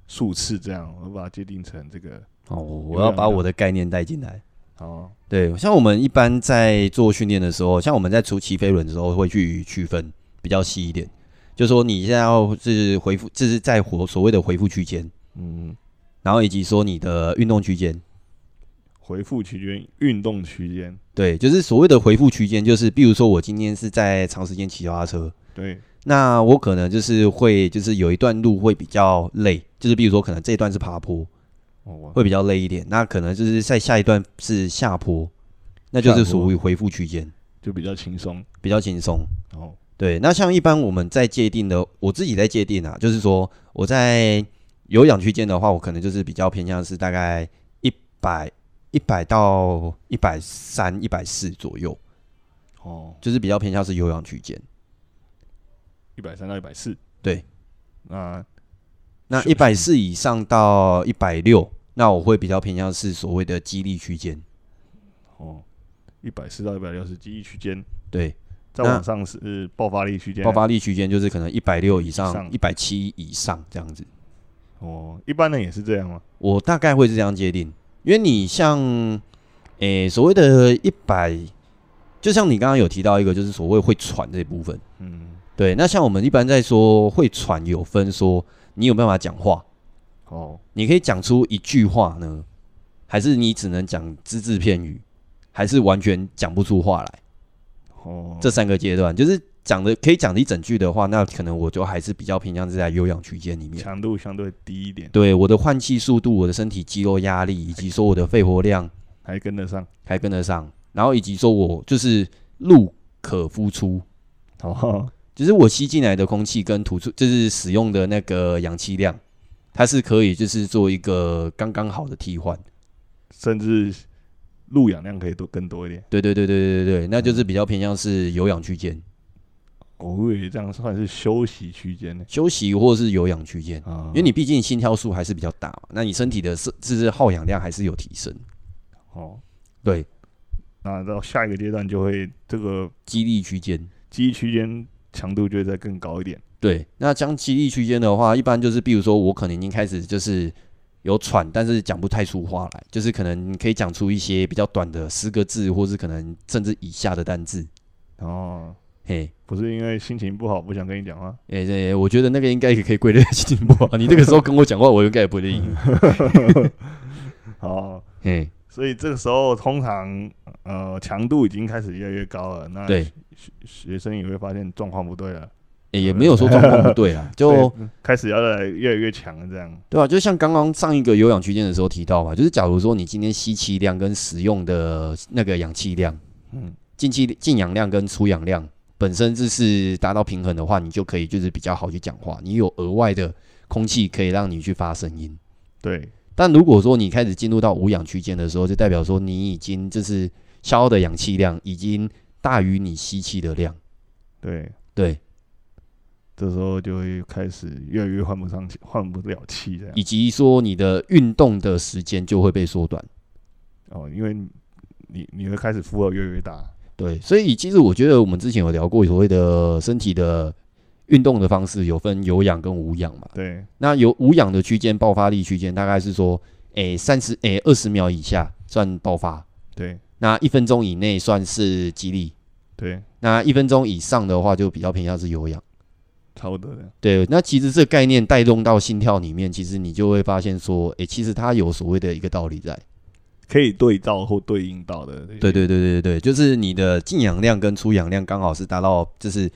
Speaker 1: 数次这样，我把它界定成这个
Speaker 2: 哦，我
Speaker 1: 有
Speaker 2: 要
Speaker 1: 氧
Speaker 2: 把
Speaker 1: 的
Speaker 2: 我的概念带进来。
Speaker 1: 哦，
Speaker 2: 对，像我们一般在做训练的时候，像我们在除骑飞轮的时候，会去区分比较细一点，就说你现在要是回复，这是在活所谓的回复区间，
Speaker 1: 嗯，
Speaker 2: 然后以及说你的运动区间。
Speaker 1: 回复期间、运动区间，
Speaker 2: 对，就是所谓的回复区间，就是比如说我今天是在长时间骑脚踏车，
Speaker 1: 对，
Speaker 2: 那我可能就是会就是有一段路会比较累，就是比如说可能这一段是爬坡，
Speaker 1: 哦，我
Speaker 2: 会比较累一点，那可能就是在下一段是下坡，那就是
Speaker 1: 下坡
Speaker 2: 属于回复区间，
Speaker 1: 就比较轻松，
Speaker 2: 比较轻松。
Speaker 1: 然后
Speaker 2: 对，那像一般我们在界定的，我自己在界定啊，就是说我在有氧区间的话，我可能就是比较偏向是大概一百一百到一百三、一百四左右，
Speaker 1: 哦，
Speaker 2: 就是比较偏向是有氧区间。
Speaker 1: 一百三到一百四，
Speaker 2: 对，
Speaker 1: 那
Speaker 2: 那
Speaker 1: 是
Speaker 2: 一百四以上到一百六，那我会比较偏向是所谓的激励区间。
Speaker 1: 哦，一百四到一百六是记忆区间，
Speaker 2: 对，
Speaker 1: 再
Speaker 2: 那
Speaker 1: 往上是爆发力区间，
Speaker 2: 爆发力区间就是可能一百六以
Speaker 1: 以
Speaker 2: 上、
Speaker 1: 上
Speaker 2: 一百七以上这样子。
Speaker 1: 哦，一般人也是这样吗？
Speaker 2: 我大概会是这样界定，因为你像，诶、所谓的一百，就像你刚刚有提到一个，就是所谓会喘这部分。
Speaker 1: 嗯，
Speaker 2: 对，那像我们一般在说会喘，有分说你有没有办法讲话，
Speaker 1: 哦，
Speaker 2: 你可以讲出一句话呢，还是你只能讲只字片语，还是完全讲不出话来？
Speaker 1: 哦，
Speaker 2: 这三个阶段，就是讲的可以讲的一整句的话，那可能我就还是比较偏向是在有氧区间里面。
Speaker 1: 强度相对低一点，
Speaker 2: 对我的换气速度、我的身体肌肉压力，以及说我的肺活量。
Speaker 1: 还跟得上。
Speaker 2: 还跟得上，然后以及说我就是入可敷出，
Speaker 1: 哦，
Speaker 2: 就是我吸进来的空气跟吐出，就是使用的那个氧气量，它是可以就是做一个刚刚好的替换。
Speaker 1: 甚至入氧量可以多更多一点。
Speaker 2: 对对对对对对对，那就是比较偏向是有氧区间
Speaker 1: 哦我以为这样算是休息区间呢。
Speaker 2: 休息或是有氧区间，
Speaker 1: 啊，
Speaker 2: 因为你毕竟心跳数还是比较大嘛，那你身体的是就是耗氧量还是有提升。
Speaker 1: 哦，
Speaker 2: 对，
Speaker 1: 那到下一个阶段就会这个
Speaker 2: 激励区间。
Speaker 1: 记忆区间强度就会再更高一点。
Speaker 2: 对，那将激励区间的话，一般就是，比如说我可能已经开始就是有喘，但是讲不太出话来，就是可能可以讲出一些比较短的十个字，或是可能甚至以下的单字。
Speaker 1: 哦，
Speaker 2: 嘿，
Speaker 1: 不不是因为心情不好不想跟你讲话。
Speaker 2: 哎、这我觉得那个应该也可以归类在心情不好。你这个时候跟我讲话，我应该也不会应。
Speaker 1: 哦，
Speaker 2: 哎，
Speaker 1: 所以这个时候通常呃强度已经开始越来越高了，那
Speaker 2: 对
Speaker 1: 学学生也会发现状况不对了，
Speaker 2: 哎也没有说状况不对啦，就
Speaker 1: 对开始要来越来越强这样。
Speaker 2: 对啊，就像刚刚上一个有氧区间的时候提到嘛，就是假如说你今天吸气量跟使用的那个氧气量，
Speaker 1: 嗯，
Speaker 2: 进气进氧量跟出氧量本身就是达到平衡的话，你就可以就是比较好去讲话，你有额外的空气可以让你去发声音。
Speaker 1: 对，
Speaker 2: 但如果说你开始进入到无氧区间的时候，就代表说你已经就是消耗的氧气量已经大于你吸气的量。
Speaker 1: 对，
Speaker 2: 对，
Speaker 1: 这时候就会开始越来越换不上气，换不了气这样。
Speaker 2: 以及说你的运动的时间就会被缩短。
Speaker 1: 哦，因为你你会开始负荷越来越大。
Speaker 2: 对，所以其实我觉得我们之前有聊过所谓的身体的运动的方式，有分有氧跟无氧嘛。
Speaker 1: 对，
Speaker 2: 那有无氧的区间爆发力区间大概是说，诶三十诶二十秒以下算爆发，
Speaker 1: 对，
Speaker 2: 那一分钟以内算是肌力，
Speaker 1: 对，
Speaker 2: 那一分钟以上的话就比较偏向是有氧。
Speaker 1: 差不多的。
Speaker 2: 对，那其实这个概念带动到心跳里面，其实你就会发现说，诶，其实它有所谓的一个道理在。
Speaker 1: 可以对照或对应到的这些
Speaker 2: 对对对对对，就是你的进氧量跟出氧量刚好是达到，就是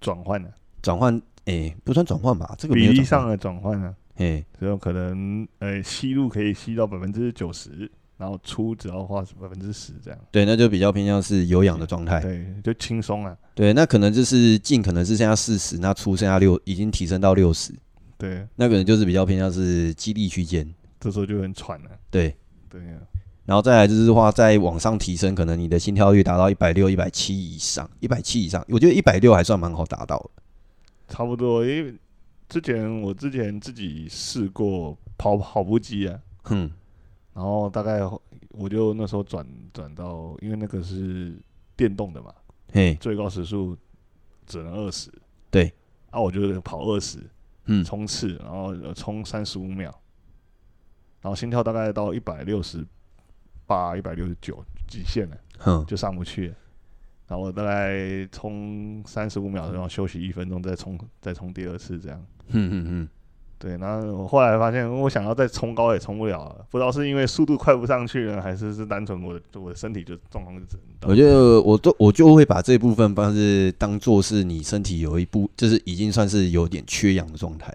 Speaker 1: 转换呢，
Speaker 2: 转换，诶、不算转换吧，这个没
Speaker 1: 比
Speaker 2: 有
Speaker 1: 例
Speaker 2: 转
Speaker 1: 上
Speaker 2: 换，
Speaker 1: 的转换呢，啊
Speaker 2: 诶、
Speaker 1: 只有可能呃吸入可以吸到百分之九十，然后出只要花百分之十这样，
Speaker 2: 对，那就比较偏向是有氧的状态。
Speaker 1: 对，就轻松啊了。
Speaker 2: 对，那可能就是进可能是剩下四十，那出剩下六，已经提升到六十，
Speaker 1: 对，
Speaker 2: 那可能就是比较偏向是肌力区间。
Speaker 1: 这时候就很喘了。
Speaker 2: 对，
Speaker 1: 对啊，
Speaker 2: 然后再来就是话再往上提升，可能你的心跳率达到一百六、一百七以上，一百七以上，我觉得一百六还算蛮好达到的。
Speaker 1: 差不多。因为之前我之前自己试过跑跑步机啊，
Speaker 2: 哼，
Speaker 1: 然后大概我就那时候转转到，因为那个是电动的嘛，
Speaker 2: 嘿，
Speaker 1: 最高时速只能二十。
Speaker 2: 对，
Speaker 1: 啊，我就是跑二十
Speaker 2: 嗯，
Speaker 1: 冲刺，然后呃冲三十五秒，然后心跳大概到一百六十八、一百六十九极限了，
Speaker 2: 哼，
Speaker 1: 就上不去了。然后我大概冲三十五秒，然后休息一分钟，再冲再冲第二次这样。
Speaker 2: 哼哼哼，
Speaker 1: 对，然后我后来发现，我想要再冲高也冲不了了，不知道是因为速度快不上去呢，还是是单纯我的我的身体就状况就只能到
Speaker 2: 我觉得我都我就会把这部分方是当做是你身体有一部，就是已经算是有点缺氧的状态。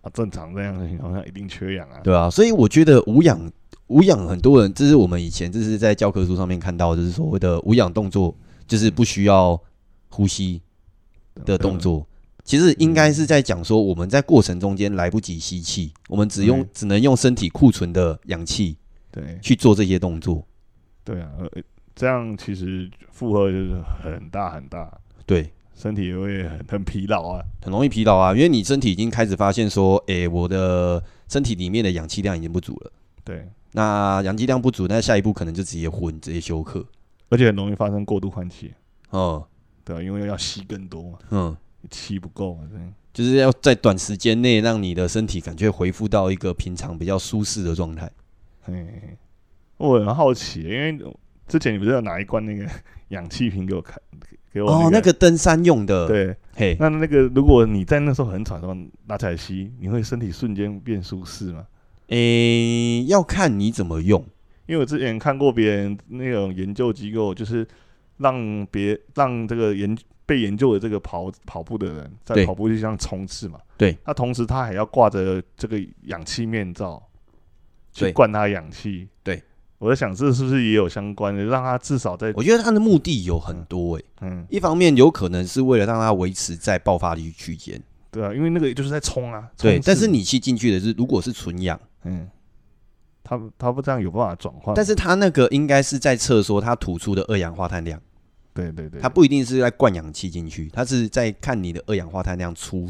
Speaker 1: 啊正常这样的情况下一定缺氧啊。
Speaker 2: 对啊，所以我觉得无氧无氧很多人，这是我们以前就是在教科书上面看到，就是所谓的无氧动作，就是不需要呼吸的动作。其实应该是在讲说，我们在过程中间来不及吸气，我们只用
Speaker 1: 嗯
Speaker 2: 只能用身体库存的氧气
Speaker 1: 对
Speaker 2: 去做这些动作。
Speaker 1: 对啊，呃这样其实负荷就是很大很大，
Speaker 2: 对，
Speaker 1: 身体也会很很疲劳啊。
Speaker 2: 很容易疲劳啊，因为你身体已经开始发现说，诶、我的身体里面的氧气量已经不足了。
Speaker 1: 对，
Speaker 2: 那氧气量不足，那下一步可能就直接昏，直接休克。
Speaker 1: 而且很容易发生过度换气，
Speaker 2: 哦，
Speaker 1: 对啊、因为要吸更多嘛，
Speaker 2: 嗯。
Speaker 1: 气不够嘛，这样。
Speaker 2: 就是要在短时间内让你的身体感觉恢复到一个平常比较舒适的状态。
Speaker 1: 嘿，我很好奇，因为之前你不是有拿一罐那个 氧气瓶给我看，给我
Speaker 2: 哦，那
Speaker 1: 那
Speaker 2: 个登山用的，，
Speaker 1: 对，
Speaker 2: 嘿，
Speaker 1: 那那个如果你在那时候很喘的时候拿起来吸，你会身体瞬间变舒适吗？
Speaker 2: 诶、要看你怎么用。
Speaker 1: 因为我之前看过别人那种研究机构，就是让别让这个研被研究的这个跑跑步的人在
Speaker 2: 对
Speaker 1: 跑步机上冲刺嘛，
Speaker 2: 对，
Speaker 1: 那同时他还要挂着这个氧气面罩去
Speaker 2: 对
Speaker 1: 灌他氧气，
Speaker 2: 对，
Speaker 1: 我在想这是不是也有相关的，让他至少在
Speaker 2: 我觉得它的目的有很多诶、
Speaker 1: 嗯，
Speaker 2: 一方面有可能是为了让它维持在爆发力区间，
Speaker 1: 对啊，因为那个就是在冲啊，
Speaker 2: 对。
Speaker 1: 冲刺
Speaker 2: 但是你吸进去的是，如果是纯氧，
Speaker 1: 嗯，他他不这样有办法转换，
Speaker 2: 但是它那个应该是在测说它吐出的二氧化碳量，
Speaker 1: 对对对，
Speaker 2: 它不一定是在灌氧气进去，它是在看你的二氧化碳量出，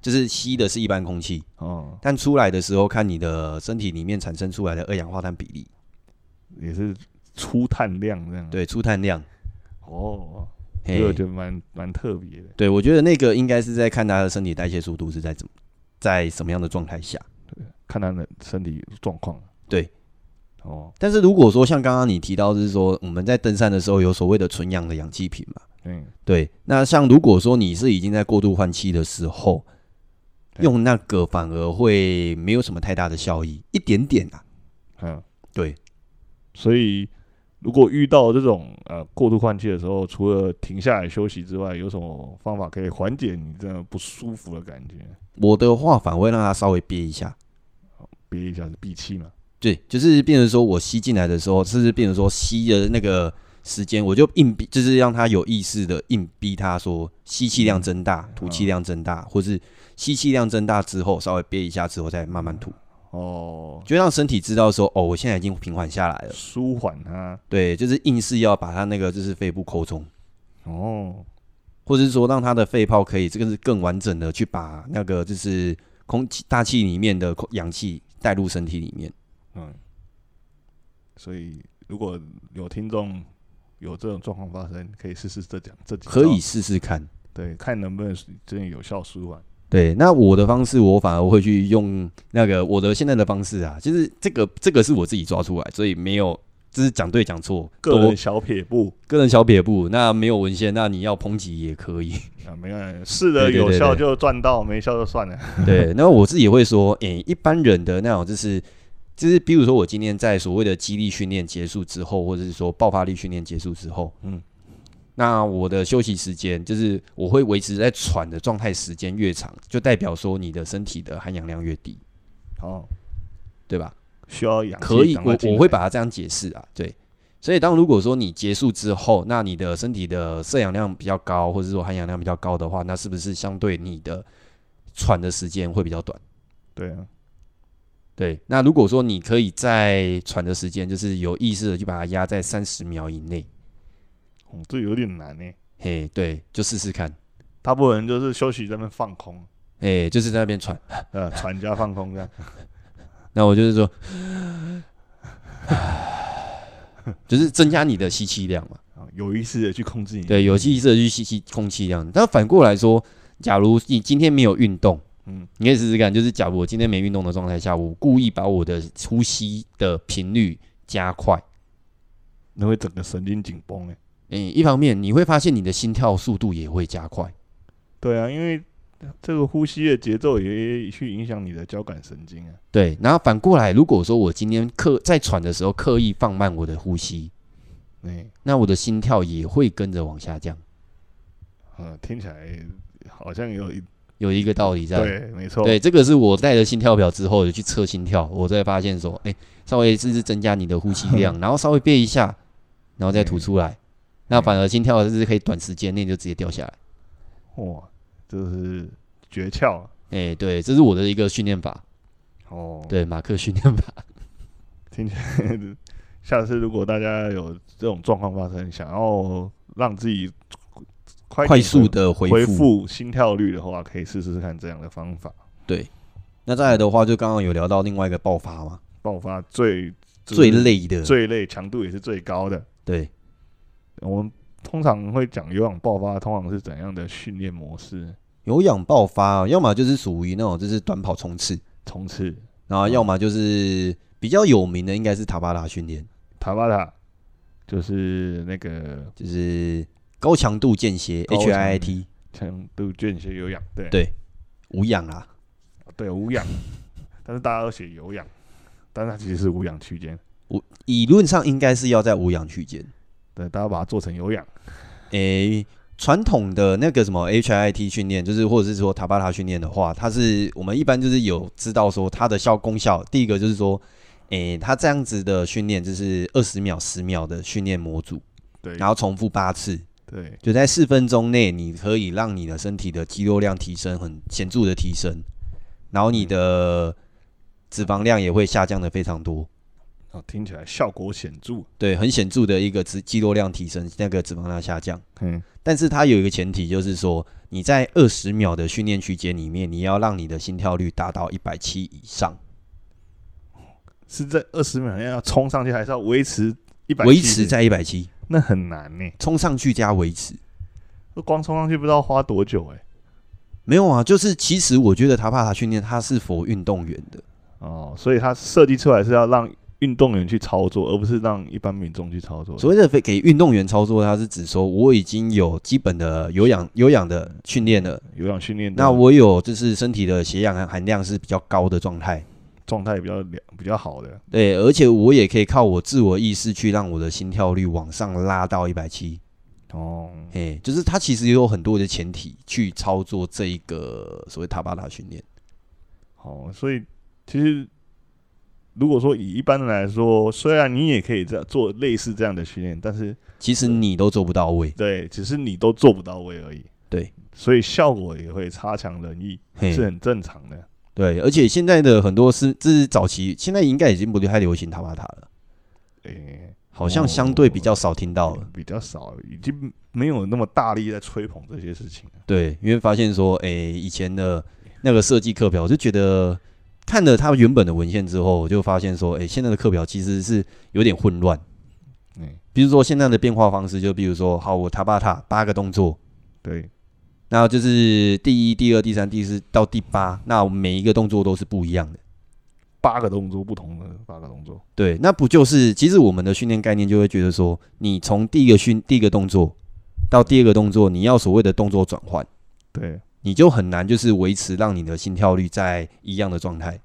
Speaker 2: 就是吸的是一般空气，
Speaker 1: 哦，
Speaker 2: 但出来的时候看你的身体里面产生出来的二氧化碳比例，
Speaker 1: 也是出碳量这样，
Speaker 2: 对，出碳量。
Speaker 1: 哦，
Speaker 2: 嘿
Speaker 1: 这个就蛮蛮特别的。
Speaker 2: 对我觉得那个应该是在看他的身体代谢速度是在怎么在什么样的状态下。
Speaker 1: 看他的身体状况。
Speaker 2: 对，
Speaker 1: 哦，
Speaker 2: 但是如果说像刚刚你提到，就是说我们在登山的时候有所谓的纯氧的氧气瓶嘛，
Speaker 1: 嗯，
Speaker 2: 对，那像如果说你是已经在过度换气的时候，
Speaker 1: 对
Speaker 2: 用那个反而会没有什么太大的效益，一点点啊。
Speaker 1: 嗯，
Speaker 2: 对，
Speaker 1: 所以如果遇到这种呃过度换气的时候，除了停下来休息之外，有什么方法可以缓解你这样不舒服的感觉？
Speaker 2: 我的话反而会让它稍微憋一下。
Speaker 1: 憋一下是闭气嘛，
Speaker 2: 对，就是变成说我吸进来的时候，甚至变成说吸的那个时间，我就硬逼，就是让他有意识的硬逼他说吸气量增大，吐气量增大，或是吸气量增大之后稍微憋一下之后再慢慢吐，
Speaker 1: 哦，
Speaker 2: 就让身体知道说哦，我现在已经平缓下来了。
Speaker 1: 舒缓它，
Speaker 2: 对，就是硬是要把他那个就是肺部抠中，
Speaker 1: 哦，
Speaker 2: 或者是说让他的肺泡可以这个是更完整的去把那个就是空气大气里面的空氧气带入身体里面。
Speaker 1: 嗯，所以如果有听众有这种状况发生，可以试试这讲这几招
Speaker 2: 可以试试看。
Speaker 1: 对，看能不能真的有效舒缓。
Speaker 2: 对，那我的方式，我反而会去用那个我的现在的方式啊，就是这个这个是我自己抓出来，所以没有就是讲对讲错，
Speaker 1: 个
Speaker 2: 都
Speaker 1: 人小撇步
Speaker 2: 个人小撇步，那没有文献，那你要抨击也可以。
Speaker 1: 啊，没关系，试了
Speaker 2: 对对
Speaker 1: 有
Speaker 2: 对
Speaker 1: 效
Speaker 2: 对
Speaker 1: 就赚到，没效就算了。
Speaker 2: 对，那我自己会说，诶、一般人的那种就是就是，比如说我今天在所谓的肌力训练结束之后，或者是说爆发力训练结束之后，
Speaker 1: 嗯
Speaker 2: 嗯，那我的休息时间就是我会维持在喘的状态时间越长，就代表说你的身体的含氧量越低，
Speaker 1: 好，
Speaker 2: 对吧？
Speaker 1: 需要氧气
Speaker 2: 可以，
Speaker 1: 赶
Speaker 2: 我
Speaker 1: 快进
Speaker 2: 我会
Speaker 1: 来
Speaker 2: 把它这样解释啊，对。所以，当如果说你结束之后，那你的身体的摄氧量比较高，或者说含氧量比较高的话，那是不是相对你的喘的时间会比较短？
Speaker 1: 对啊，
Speaker 2: 对。那如果说你可以在喘的时间，就是有意识的去把它压在三十秒以内，
Speaker 1: 嗯，这有点难呢。
Speaker 2: 嘿，对，就试试看，
Speaker 1: 大部分人就是休息在那边放空，
Speaker 2: 嘿，就是在那边喘。
Speaker 1: 呃，传家放空这样。
Speaker 2: 那我就是说， 就是增加你的吸气量嘛。
Speaker 1: 啊，有意识的去控制你。
Speaker 2: 对，有意识的去吸吸空气量。但反过来说，假如你今天没有运动，
Speaker 1: 嗯
Speaker 2: 嗯，你可以试试看，就是假如我今天没运动的状态下，我故意把我的呼吸的频率加快。
Speaker 1: 那会整个神经紧绷哎。
Speaker 2: 诶、一方面你会发现你的心跳速度也会加快，
Speaker 1: 对啊，因为这个呼吸的节奏也去影响你的交感神经啊。
Speaker 2: 对。然后反过来，如果说我今天刻在喘的时候刻意放慢我的呼吸，
Speaker 1: 哎，
Speaker 2: 那我的心跳也会跟着往下降，
Speaker 1: 呃，听起来好像有一
Speaker 2: 有一个道理在。
Speaker 1: 对，没错，
Speaker 2: 对，这个是我带着心跳表之后有去测心跳，我才发现说，哎、稍微试试增加你的呼吸 量，然后稍微憋一下，然后再吐出来，那反而心跳是可以短时间内就直接掉下来。
Speaker 1: 哇，这是诀窍啊
Speaker 2: 哎、对，这是我的一个训练法，
Speaker 1: 哦。
Speaker 2: 对马克训 练法。
Speaker 1: 听起来， 下次如果大家有这种状况发生，想要让自己快
Speaker 2: 快
Speaker 1: 点
Speaker 2: 速的恢
Speaker 1: 恢
Speaker 2: 复。
Speaker 1: 复心跳率的话，可以试试看这样的方法。
Speaker 2: 那再来的话，就刚刚有聊到另外一个爆发嘛，
Speaker 1: 爆发最就是
Speaker 2: 最累的，
Speaker 1: 最累，强度也是最高的。
Speaker 2: 对，
Speaker 1: 我们通常会讲有氧爆发，通常是怎样的训练模式？
Speaker 2: 有氧爆发，要么就是属于那种就是短跑冲刺，
Speaker 1: 冲刺、
Speaker 2: 然后
Speaker 1: 嗯
Speaker 2: 要么就是比较有名的应该是塔巴塔训练，
Speaker 1: 塔巴塔，就是那个
Speaker 2: 就是高强度间歇
Speaker 1: 高强度
Speaker 2: HIIT。
Speaker 1: 强度间歇有氧，对
Speaker 2: 对无氧啊啦。
Speaker 1: 对无氧，但是大家都写有氧，但是它其实是无氧区间。
Speaker 2: 理论上应该是要在无氧区间。
Speaker 1: 对，大家把它做成有氧。
Speaker 2: 诶、传统的那个什么 HIIT 训练，就是或者是说塔巴塔训练的话，它是我们一般就是有知道说它的效功效。第一个就是说，诶、它这样子的训练就是二十秒、十秒的训练模组，
Speaker 1: 对
Speaker 2: 然后重复八次，
Speaker 1: 对，
Speaker 2: 就在四分钟内，你可以让你的身体的肌肉量提升很显著的提升，然后你的脂肪量也会下降的非常多。
Speaker 1: 哦，听起来效果显著。
Speaker 2: 对，很显著的一个脂肌肉量提升，那个脂肪量下降。
Speaker 1: 嗯，
Speaker 2: 但是它有一个前提，就是说你在二十秒的训练区间里面，你要让你的心跳率达到一百七以上，
Speaker 1: 是在二十秒内要冲上去，还是要维持一百？
Speaker 2: 维持在一百七，
Speaker 1: 那很难呢、
Speaker 2: 冲上去加维持。
Speaker 1: 光冲上去不知道花多久哎、
Speaker 2: 没有啊，就是其实我觉得塔帕塔训练它是否运动员的，
Speaker 1: 哦，所以它设计出来是要让运动员去操作，而不是让一般民众去操作的。
Speaker 2: 所谓的非给运动员操作，它是指说我已经有基本的有氧有氧的训练了，
Speaker 1: 有氧训练的
Speaker 2: 那我有就是身体的血氧含含量是比较高的状态，
Speaker 1: 状态比较良比较好的，
Speaker 2: 对，而且我也可以靠我自我意识去让我的心跳率往上拉到一百七，
Speaker 1: 哦，
Speaker 2: 嘿，就是它其实有很多的前提去操作这一个所谓塔巴塔训练，
Speaker 1: 好，所以其实如果说以一般人来说，虽然你也可以这样做类似这样的训练，但是
Speaker 2: 其实你都做不到位，
Speaker 1: 对，只是你都做不到位而已。
Speaker 2: 对，
Speaker 1: 所以效果也会差强人意，
Speaker 2: 嘿
Speaker 1: 是，很正常的。
Speaker 2: 对，而且现在的很多是这是早期，现在应该已经不太流行塔巴塔了，
Speaker 1: 诶、
Speaker 2: 好像相对比较少听到了。
Speaker 1: 哦比较少，已经没有那么大力在吹捧这些事情了。
Speaker 2: 对，因为发现说，诶、以前的那个设计课表，我就觉得看了他原本的文献之后，我就发现说，诶、现在的课表其实是有点混乱。
Speaker 1: 嗯，
Speaker 2: 比如说现在的变化方式，就比如说，好，我塔巴塔八个动作，
Speaker 1: 对，
Speaker 2: 那就是第一、第二、第三、第四到第八，那我们每一个动作都是不一样的。
Speaker 1: 八个动作不同的八个动作，
Speaker 2: 对，那不就是其实我们的训练概念就会觉得说，你从第一个训第一个动作到第二个动作，你要所谓的动作转换，
Speaker 1: 对，
Speaker 2: 你就很难就是维持让你的心跳率在一样的状态。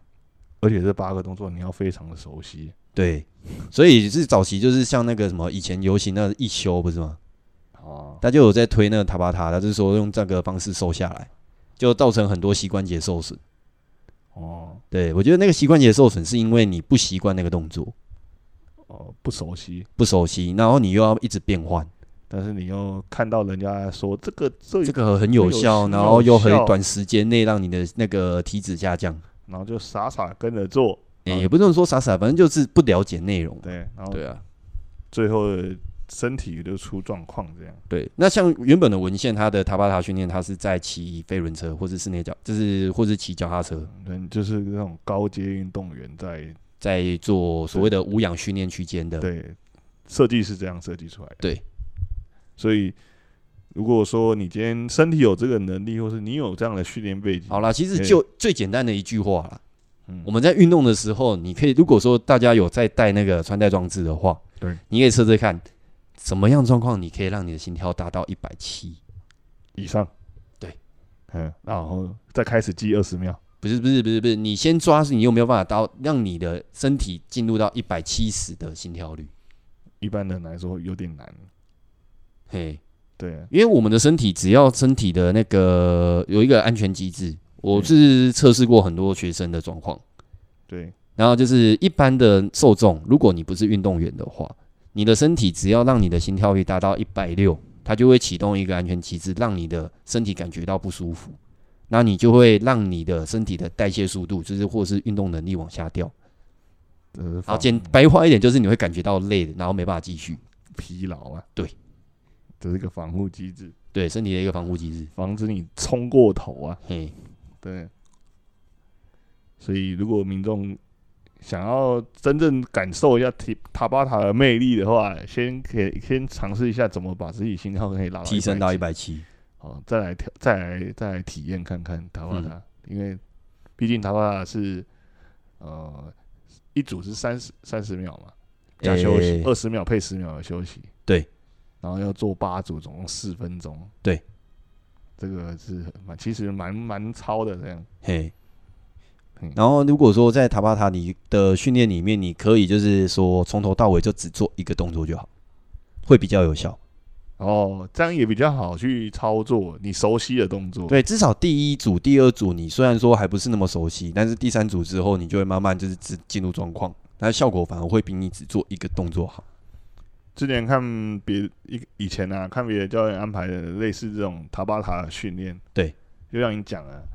Speaker 1: 而且这八个动作你要非常的熟悉。
Speaker 2: 对，所以是早期就是像那个什么以前流行那一休不是吗？
Speaker 1: 啊，
Speaker 2: 他就有在推那个塔巴塔，他就是说用这个方式瘦下来，就造成很多膝关节受损。
Speaker 1: 哦，
Speaker 2: 对我觉得那个膝关节受损是因为你不习惯那个动作，
Speaker 1: 哦，不熟悉，
Speaker 2: 不熟悉，然后你又要一直变换，
Speaker 1: 但是你又看到人家说这个这
Speaker 2: 这个很有效，
Speaker 1: 很有
Speaker 2: 然后又很
Speaker 1: 效
Speaker 2: 短时间内让你的那个体脂下降。
Speaker 1: 然后就傻傻跟着做，
Speaker 2: 诶、
Speaker 1: 嗯
Speaker 2: 也不能说傻傻，反正就是不了解内容。
Speaker 1: 对，然后
Speaker 2: 对啊，
Speaker 1: 最后身体就出状况这样。
Speaker 2: 对，那像原本的文献，它的塔巴塔训练，它是在骑飞轮车或者室内脚，就是或是骑脚踏车，
Speaker 1: 嗯，就是那种高阶运动员在
Speaker 2: 在做所谓的无氧训练区间的。
Speaker 1: 对设计是这样设计出来的。
Speaker 2: 对，
Speaker 1: 所以如果说你今天身体有这个能力，或是你有这样的训练背景，
Speaker 2: 好啦，其实
Speaker 1: 对
Speaker 2: 就最简单的一句话啦。
Speaker 1: 嗯
Speaker 2: 我们在运动的时候，你可以如果说大家有在带那个穿戴装置的话，
Speaker 1: 对，
Speaker 2: 你可以测测看，什么样状况你可以让你的心跳达到一百七？
Speaker 1: 以上，
Speaker 2: 对，
Speaker 1: 嗯，然后再开始记二十秒，
Speaker 2: 不是不是不是不是，你先抓是你有没有办法到让你的身体进入到一百七十的心跳率？
Speaker 1: 一般人来说有点难。
Speaker 2: 嘿，
Speaker 1: 对，
Speaker 2: 因为我们的身体只要身体的那个有一个安全机制，我是测试过很多学生的状况。
Speaker 1: 对，
Speaker 2: 然后就是一般的受众，如果你不是运动员的话，你的身体只要让你的心跳率达到一百六，它就会启动一个安全机制，让你的身体感觉到不舒服，那你就会让你的身体的代谢速度，就是或是运动能力往下掉。
Speaker 1: 这是
Speaker 2: 然
Speaker 1: 防
Speaker 2: 后简白话一点，就是你会感觉到累然后没办法继续，
Speaker 1: 疲劳啊。
Speaker 2: 对，
Speaker 1: 这是一个防护机制，
Speaker 2: 对身体的一个防护机制。
Speaker 1: 防止你冲过头啊。
Speaker 2: 嘿，
Speaker 1: 对，所以如果民众想要真正感受一下提塔巴塔的魅力的话，先可以先尝试一下怎么把自己心跳可以拉
Speaker 2: 提升到一
Speaker 1: 百，
Speaker 2: 百七。
Speaker 1: 哦，再来调，再来再来体验看看塔巴塔，
Speaker 2: 嗯
Speaker 1: 因为毕竟塔巴塔是呃一组是三十三十秒嘛，加休息
Speaker 2: 诶
Speaker 1: 二十、20秒配十秒的休息，
Speaker 2: 对，
Speaker 1: 然后要做八组，总共四分钟，
Speaker 2: 对，
Speaker 1: 这个是很蛮其实蛮蛮超的这样。
Speaker 2: 嘿
Speaker 1: 嗯，
Speaker 2: 然后如果说在塔巴塔你的训练里面，你可以就是说从头到尾就只做一个动作就好，会比较有效。
Speaker 1: 哦，这样也比较好去操作你熟悉的动作。，
Speaker 2: 对，至少第一组、第二组你虽然说还不是那么熟悉，但是第三组之后你就会慢慢就是只进入状况，那效果反而会比你只做一个动作好。
Speaker 1: 之前看别以以前啊，看别的教练安排的类似这种塔巴塔的训练，
Speaker 2: 对，
Speaker 1: 就像你讲了，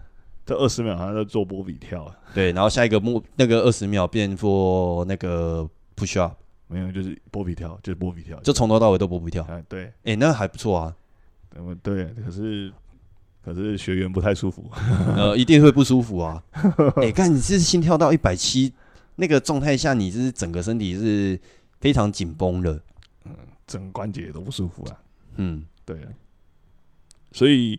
Speaker 1: 这二十秒好像在做波比跳，
Speaker 2: 对，然后下一个目那个二十秒变做那个 push up，
Speaker 1: 没有就是波比跳，就是波比跳，
Speaker 2: 就从头到尾都不不跳。
Speaker 1: 啊对，
Speaker 2: 诶，那还不错啊，
Speaker 1: 嗯对，可是可是学员不太舒服，
Speaker 2: 呃，一定会不舒服 啊。诶，看你是心跳到一百七那个状态下，你是整个身体是非常紧绷的。
Speaker 1: 整个关节都不舒服啊。
Speaker 2: 嗯，
Speaker 1: 对啊，所以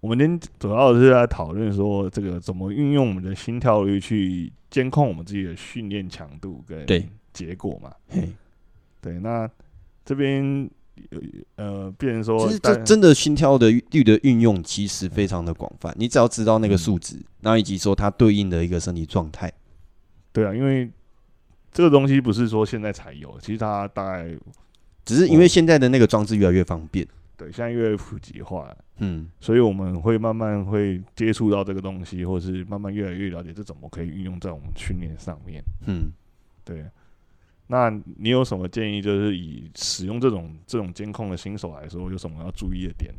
Speaker 1: 我们今天主要是在讨论说，这个怎么运用我们的心跳率去监控我们自己的训练强度跟
Speaker 2: 对
Speaker 1: 结果嘛。
Speaker 2: 嘿，
Speaker 1: 对，那这边有呃，变成说
Speaker 2: 其实这
Speaker 1: 但，
Speaker 2: 真的心跳的率的运用其实非常的广泛，你只要知道那个数值，那以及说它对应的一个身体状态，
Speaker 1: 对啊，因为这个东西不是说现在才有，其实它大概
Speaker 2: 只是因为现在的那个装置越来越方便，
Speaker 1: 对现在越来越普及化了，
Speaker 2: 嗯，
Speaker 1: 所以我们会慢慢会接触到这个东西，或是慢慢越来越了解这怎么可以运用在我们训练上面。
Speaker 2: 嗯，
Speaker 1: 对，那你有什么建议？就是以使用这种这种监控的新手来说，有什么要注意的点呢？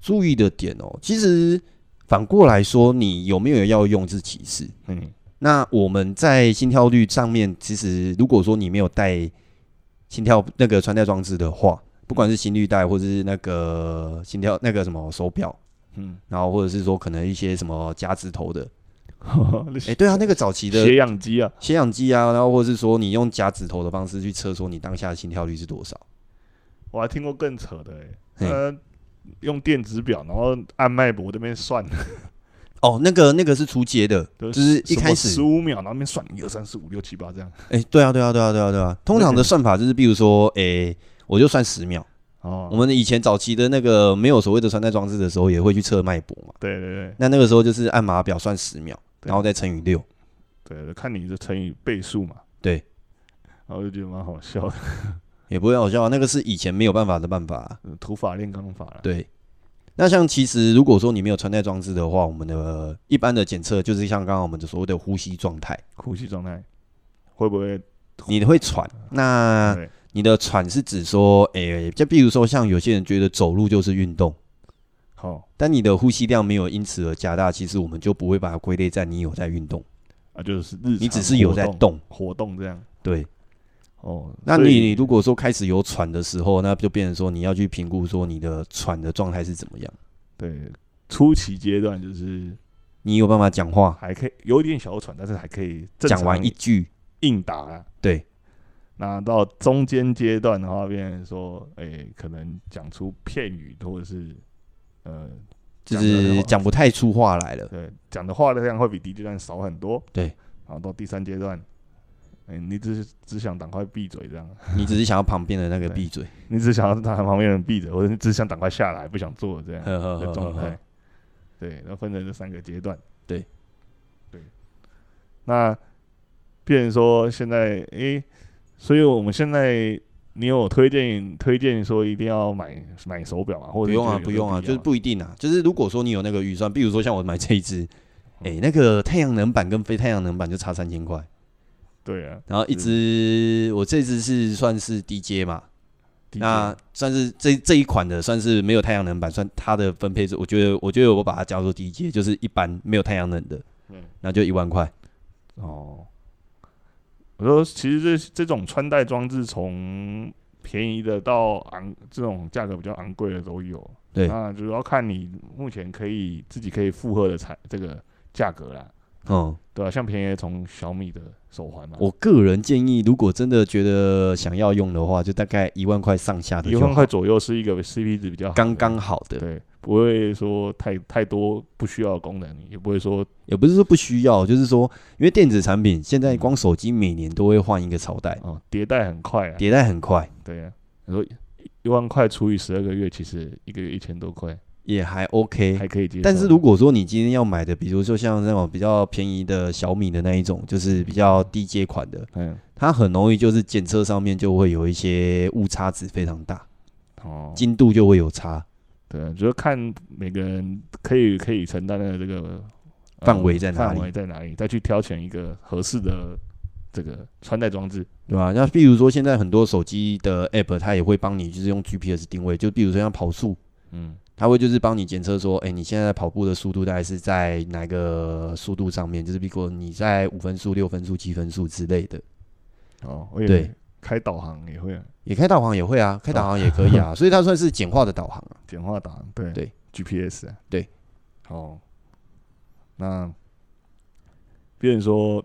Speaker 2: 注意的点哦，其实反过来说，你有没有要用是其次。
Speaker 1: 嗯，
Speaker 2: 那我们在心跳率上面，其实如果说你没有带心跳那个穿戴装置的话，不管是心率带或者是那个心跳那个什么手表，
Speaker 1: 嗯，
Speaker 2: 然后或者是说可能一些什么夹指头的，哎、对 啊，那个早期的
Speaker 1: 血氧机啊，
Speaker 2: 血氧机啊，然后或者是说你用夹指头的方式去测说你当下的心跳率是多少，
Speaker 1: 我还听过更扯的、欸，
Speaker 2: 嘿
Speaker 1: 呃，用电子表，然后按脉搏这边算，
Speaker 2: 哦，那个那个是出街的，
Speaker 1: 就
Speaker 2: 就是一开始
Speaker 1: 十五秒，然后那边算一二三四五六七八这样。
Speaker 2: 哎、对啊，对啊，对啊，对啊，对啊。通常的算法就是，比如说，哎、我就算十秒。
Speaker 1: 哦，
Speaker 2: 我们以前早期的那个没有所谓的穿戴装置的时候，也会去测脉搏嘛。
Speaker 1: 对对对
Speaker 2: 那那个时候就是按码表算十秒，
Speaker 1: 对
Speaker 2: 然后再乘以六。
Speaker 1: 对对，看你的乘以倍数嘛。
Speaker 2: 对，
Speaker 1: 然后就觉得蛮好笑的，
Speaker 2: 也不会好笑啊，那个是以前没有办法的办法啊、
Speaker 1: 嗯土法炼钢法啦。
Speaker 2: 对。那像其实如果说你没有穿戴装置的话，我们的一般的检测就是像刚刚我们的所谓的呼吸状态，
Speaker 1: 呼吸状态会不会？
Speaker 2: 你啊会喘。那
Speaker 1: 对
Speaker 2: 你的喘是指说，哎、就比如说像有些人觉得走路就是运动。
Speaker 1: 好
Speaker 2: 但你的呼吸量没有因此而加大，其实我们就不会把它归类在你有在运动，
Speaker 1: 啊，就是日
Speaker 2: 你
Speaker 1: 常
Speaker 2: 只是有在
Speaker 1: 活动
Speaker 2: 动。
Speaker 1: 活动这样。
Speaker 2: 对，
Speaker 1: 哦，
Speaker 2: 那
Speaker 1: 所
Speaker 2: 你
Speaker 1: 以
Speaker 2: 你如果说开始有喘的时候，那就变成说你要去评估说你的喘的状态是怎么样，
Speaker 1: 对初期阶段就是
Speaker 2: 你有办法讲话，
Speaker 1: 还可以有一点小喘，但是还可以正
Speaker 2: 讲完
Speaker 1: 常
Speaker 2: 一句，
Speaker 1: 应答啊。
Speaker 2: 对，
Speaker 1: 那到中间阶段的话，变成说，哎、可能讲出片语，或者是呃，
Speaker 2: 就
Speaker 1: 讲得很
Speaker 2: 是
Speaker 1: 好
Speaker 2: 讲不太出话来 了。
Speaker 1: 对，讲的话的量会比第一阶段少很多。
Speaker 2: 对，
Speaker 1: 然后到第三阶段，哎、你只只想赶快闭嘴这样，
Speaker 2: 你只是想要旁边的那个
Speaker 1: 对
Speaker 2: 闭 嘴，
Speaker 1: 你只想要他旁边人闭嘴，或者你只想赶快下来，不想做这样
Speaker 2: 呵
Speaker 1: 的
Speaker 2: 呵 呵呵
Speaker 1: 状态
Speaker 2: 呵。。
Speaker 1: 哦对，然后分成这三个阶段。
Speaker 2: 对，
Speaker 1: 对，那变成说现在，诶、所以我们现在你有推荐推荐说一定要买买手表嘛？或
Speaker 2: 不
Speaker 1: 者
Speaker 2: 用
Speaker 1: 觉
Speaker 2: 啊，
Speaker 1: 得有
Speaker 2: 不用啊，
Speaker 1: 必
Speaker 2: 就
Speaker 1: 要嗯
Speaker 2: 是不一定啊。就是如果说你有那个预算，比如说像我买这一只，哎、那个太阳能板跟非太阳能板就差三千块，
Speaker 1: 对啊，
Speaker 2: 然后一只
Speaker 1: 嗯
Speaker 2: 我这只是算是低阶嘛，
Speaker 1: 低
Speaker 2: 那算是这这一款的，算是没有太阳能板，算它的分配是，我觉得我觉得我把它叫做低阶，就是一般没有太阳能的，
Speaker 1: 嗯
Speaker 2: 那就一万块。
Speaker 1: 阶哦。我说，其实这这种穿戴装置从便宜的到昂，这种价格比较昂贵的都有。
Speaker 2: 对
Speaker 1: 那主要看你目前可以自己可以负荷的产这个价格啦。
Speaker 2: 嗯，
Speaker 1: 对啊，像便宜的从小米的手环嘛，
Speaker 2: 我个人建议，如果真的觉得想要用的话，就大概一万块上下的
Speaker 1: 一
Speaker 2: 就
Speaker 1: 万
Speaker 2: 好
Speaker 1: 块左右是一个 CP 值比较好的
Speaker 2: 刚刚好的，
Speaker 1: 对，不会说太太多不需要的功能，也不会说
Speaker 2: 也不是说不需要，就是说，因为电子产品现在光手机每年都会换一个朝代，
Speaker 1: 哦迭代很快啊。
Speaker 2: 迭代很快，
Speaker 1: 对啊，你说一一万块除以十二个月，其实一个月一千多块
Speaker 2: 也还 OK，
Speaker 1: 还可以接受。
Speaker 2: 但是如果说你今天要买的，比如说像那种比较便宜的小米的那一种，就是比较低阶款的，
Speaker 1: 嗯
Speaker 2: 它很容易就是检测上面就会有一些误差值非常大，
Speaker 1: 哦，
Speaker 2: 精度就会有差，
Speaker 1: 对啊，主要看每个人可以可以承担的这个呃
Speaker 2: 范围在哪里
Speaker 1: 范围在哪里，再去挑选一个合适的这个穿戴装置。
Speaker 2: 对吧、那比如说现在很多手机的 app，它也会帮你就是用 GPS 定位，就比如说像跑速，
Speaker 1: 嗯，
Speaker 2: 它会就是帮你检测说，哎、你现在跑步的速度大概是在哪个速度上面，就是比如说你在五分速、六分速、七分速之类的。
Speaker 1: 哦，我也
Speaker 2: 对
Speaker 1: 开导航也会啊
Speaker 2: 也开导航也会啊，开导航也可以啊，所以它算是简化的导航啊。
Speaker 1: 简化档案，对
Speaker 2: 对
Speaker 1: ，GPS 啊
Speaker 2: 对，
Speaker 1: 哦，那别人说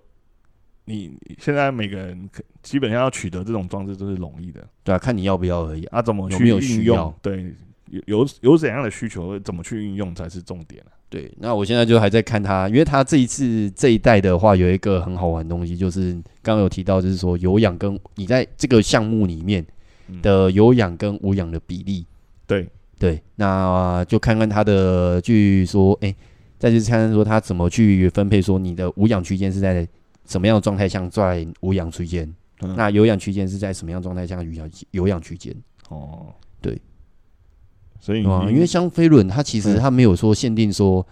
Speaker 1: 你你现在每个人可基本上要取得这种装置都是容易的，
Speaker 2: 对啊，看你要不要而已啊。
Speaker 1: 啊，怎么
Speaker 2: 有
Speaker 1: 去
Speaker 2: 没有
Speaker 1: 运
Speaker 2: 需
Speaker 1: 用
Speaker 2: 要？
Speaker 1: 对，有有有怎样的需求，怎么去运用才是重点啊。
Speaker 2: 对，那我现在就还在看它，因为它这一次这一代的话，有一个很好玩的东西，就是刚刚有提到，就是说有氧跟你在这个项目里面
Speaker 1: 嗯
Speaker 2: 的有氧跟无氧的比例。
Speaker 1: 对，
Speaker 2: 对，那就看看它的，据说，哎、再去看看说它怎么去分配，说你的无氧区间是在什么样的状态下在无氧区间，
Speaker 1: 嗯
Speaker 2: 那有氧区间是在什么样的状态下有氧有氧区间。
Speaker 1: 哦，
Speaker 2: 对，
Speaker 1: 所以
Speaker 2: 啊，
Speaker 1: 你
Speaker 2: 因为像飞轮，它其实
Speaker 1: 嗯
Speaker 2: 它没有说限定说，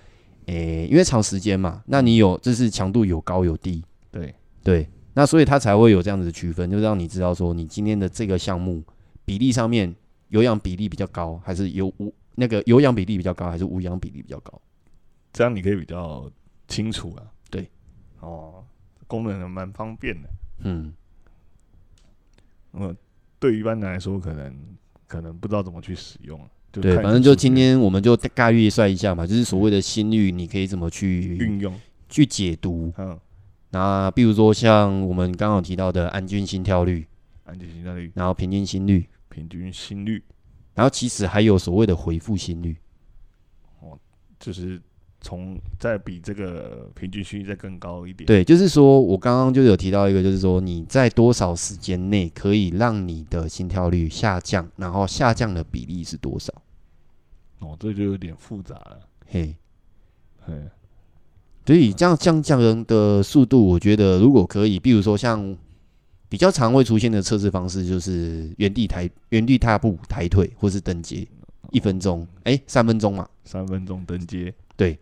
Speaker 2: 诶、因为长时间嘛，那你有就是强度有高有低，
Speaker 1: 对
Speaker 2: 对，那所以它才会有这样子的区分，就让你知道说你今天的这个项目比例上面有氧比例比较高，还是有无那个有氧比例比较高，还是无氧比例比较高？
Speaker 1: 这样你可以比较清楚啊。
Speaker 2: 对，
Speaker 1: 哦，功能还蛮方便的。
Speaker 2: 嗯，
Speaker 1: 嗯，对于一般人来说，可能可能不知道怎么去使用啊，就
Speaker 2: 对，
Speaker 1: 看
Speaker 2: 反正就
Speaker 1: 你
Speaker 2: 今
Speaker 1: 是
Speaker 2: 天我们就大概预算一下嘛，就是所谓的心率，你可以怎么去
Speaker 1: 运用，
Speaker 2: 去解读？
Speaker 1: 嗯，
Speaker 2: 那比如说像我们刚刚有提到的安均心跳率，
Speaker 1: 安全心跳率、
Speaker 2: 然后平均心率。
Speaker 1: 平均心率，
Speaker 2: 然后其实还有所谓的回复心率，
Speaker 1: 就是从再比这个平均心率再更高一点。，
Speaker 2: 对，就是说我刚刚就有提到一个，就是说你在多少时间内可以让你的心跳率下降，然后下降的比例是多少？
Speaker 1: 哦，这就有点复杂了。
Speaker 2: 嘿，
Speaker 1: 嗯，
Speaker 2: 所以这样降降人的速度，我觉得如果可以，比如说像比较常会出现的测试方式，就是原地抬、原地踏步、抬腿或是登阶，一分钟，哎，三分钟嘛，
Speaker 1: 三分钟登阶，
Speaker 2: 对，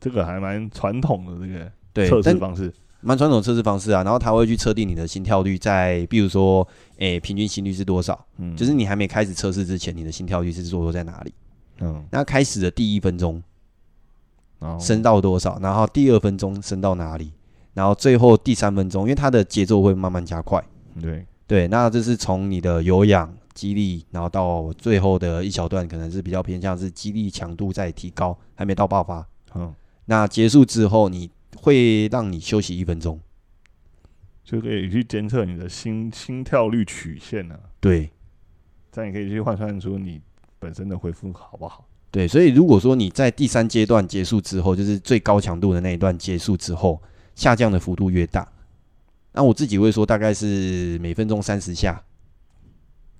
Speaker 1: 这个还蛮传统的这个
Speaker 2: 对，
Speaker 1: 测
Speaker 2: 但
Speaker 1: 试方式。
Speaker 2: 蛮传统的测试方式啊，然后它会去测定你的心跳率在，比如说，诶、平均心率是多少？
Speaker 1: 嗯，
Speaker 2: 就是你还没开始测试之前，你的心跳率是坐落在哪里？
Speaker 1: 嗯，
Speaker 2: 那开始的第一分钟
Speaker 1: 然后
Speaker 2: 升到多少？然后第二分钟升到哪里？然后最后第三分钟，因为它的节奏会慢慢加快。
Speaker 1: 对，
Speaker 2: 对，那这是从你的有氧、肌力，然后到最后的一小段，可能是比较偏向是肌力强度在提高，还没到爆发。
Speaker 1: 嗯，
Speaker 2: 那结束之后，你会让你休息一分钟。
Speaker 1: 就可以去监测你的心心跳率曲线呢、啊，
Speaker 2: 对，
Speaker 1: 这样也可以去换算出你本身的恢复好不好。
Speaker 2: 对，所以如果说你在第三阶段结束之后，就是最高强度的那一段结束之后，下降的幅度越大，那我自己会说大概是每分钟三十下，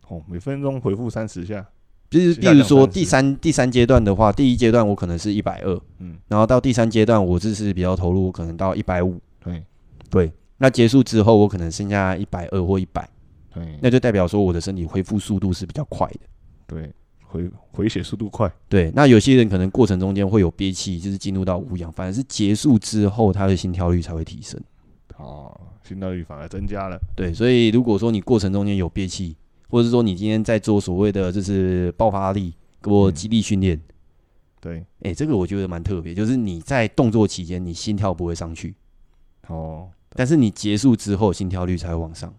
Speaker 1: 哦，每分钟回复三十下，
Speaker 2: 就是
Speaker 1: 下
Speaker 2: 比
Speaker 1: 降
Speaker 2: 如说
Speaker 1: 30
Speaker 2: 第三第三阶段的话，第一阶段我可能是一百二，
Speaker 1: 嗯，
Speaker 2: 然后到第三阶段我这是比较投入，我可能到一百五，
Speaker 1: 对
Speaker 2: 对，那结束之后我可能剩下一百二或一百，
Speaker 1: 对
Speaker 2: 那就代表说我的身体恢复速度是比较快的。
Speaker 1: 对，回回血速度快，
Speaker 2: 对，那有些人可能过程中间会有憋气，就是进入到无氧，反而是结束之后他的心跳率才会提升。
Speaker 1: 哦，心跳率反而增加了。
Speaker 2: 对，所以如果说你过程中间有憋气，或者是说你今天在做所谓的就是爆发力或
Speaker 1: 嗯
Speaker 2: 肌力训练，
Speaker 1: 对，
Speaker 2: 哎、这个我觉得蛮特别，就是你在动作期间你心跳不会上去，
Speaker 1: 哦，
Speaker 2: 但是你结束之后心跳率才会往上。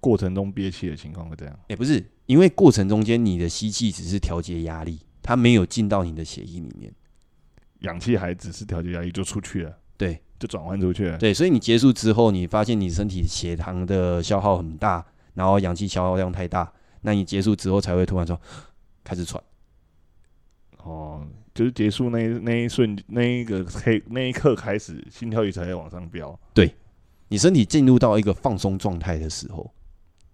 Speaker 1: 过程中憋气的情况会这样。
Speaker 2: 哎、不是，因为过程中间你的吸气只是调节压力，它没有进到你的血液里面。
Speaker 1: 氧气还只是调节压力就出去了，
Speaker 2: 对
Speaker 1: 就转换出去了。
Speaker 2: 对，所以你结束之后，你发现你身体血糖的消耗很大，然后氧气消耗量太大，那你结束之后才会突然说 开始喘。
Speaker 1: 哦，就是结束那一那一瞬，那一个黑那一刻开始，心跳率才会往上飙。
Speaker 2: 你身体进入到一个放松状态的时候，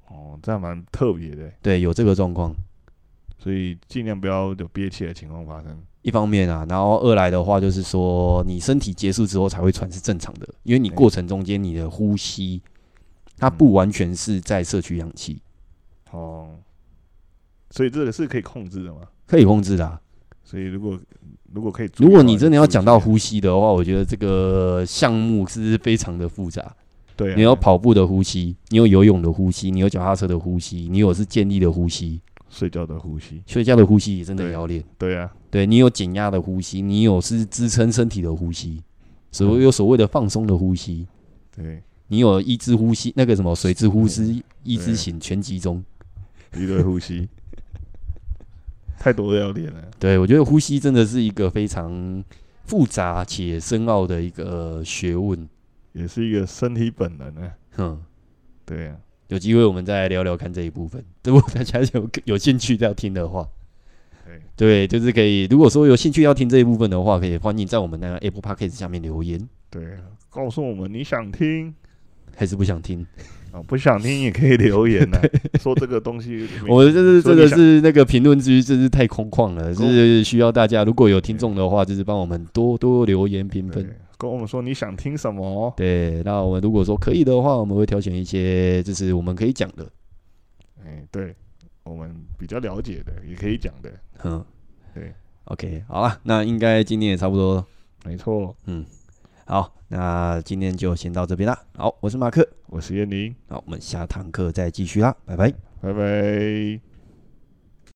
Speaker 1: 哦，这样蛮特别的，
Speaker 2: 对，有这个状况。
Speaker 1: 所以尽量不要有憋气的情况发生。
Speaker 2: 一方面啊，然后二来的话就是说，你身体结束之后才会喘是正常的，因为你
Speaker 1: 对
Speaker 2: 过程中间你的呼吸，它不完全是在摄取氧气，
Speaker 1: 哦，所以这个是可以控制的嘛？
Speaker 2: 可以控制的啊、
Speaker 1: 所以如果如果可以注意
Speaker 2: 如
Speaker 1: 话，
Speaker 2: 果你真的
Speaker 1: 就
Speaker 2: 要
Speaker 1: 注意
Speaker 2: 讲到
Speaker 1: 一下
Speaker 2: 呼吸的话，我觉得这个项目是非常的复杂。
Speaker 1: 对啊、
Speaker 2: 你有跑步的呼吸，你有游泳的呼吸，你有脚踏车的呼吸，你有是健力的呼吸，
Speaker 1: 睡觉的呼吸，
Speaker 2: 睡觉的呼吸也真的也要练。
Speaker 1: 对啊，
Speaker 2: 对你有减压的呼吸，你有是支撑身体的呼吸，所有所谓的放松的呼吸，
Speaker 1: 对，
Speaker 2: 你有一支呼吸那个什么水之呼吸、一之
Speaker 1: 对
Speaker 2: 醒全集中。
Speaker 1: 一对呼吸， 太多要练了。
Speaker 2: 对我觉得呼吸真的是一个非常复杂且深奥的一个呃学问。
Speaker 1: 也是一个身体本能啊。
Speaker 2: 哼，
Speaker 1: 对啊，
Speaker 2: 有机会我们再来聊聊看这一部分。如果大家有有兴趣要听的话，
Speaker 1: OK，
Speaker 2: 对，就是可以。如果说有兴趣要听这一部分的话，可以欢迎在我们那个 Apple Podcast 下面留言，
Speaker 1: 对，啊告诉我们你想听
Speaker 2: 还是不想听。
Speaker 1: 啊，不想听也可以留言 呢、说这个东西，
Speaker 2: 我这是
Speaker 1: 说
Speaker 2: 真
Speaker 1: 你
Speaker 2: 的
Speaker 1: 想
Speaker 2: 是那个评论区，真是太空旷了，
Speaker 1: 空
Speaker 2: 是需要大家如果有听众的话，就是帮我们多多留言评
Speaker 1: 对
Speaker 2: 分。
Speaker 1: 跟我们说你想听什么，
Speaker 2: 对，那我们如果说可以的话，我们会挑选一些就是我们可以讲的，
Speaker 1: 哎、对我们比较了解的也可以讲的，
Speaker 2: 嗯，
Speaker 1: 对
Speaker 2: ，OK，好了，那应该今天也差不多了。
Speaker 1: 没错，
Speaker 2: 好，那今天就先到这边啦。好，我是马克，
Speaker 1: 我是燕宁，
Speaker 2: 好，我们下堂课再继续啦，拜拜。
Speaker 1: 拜拜。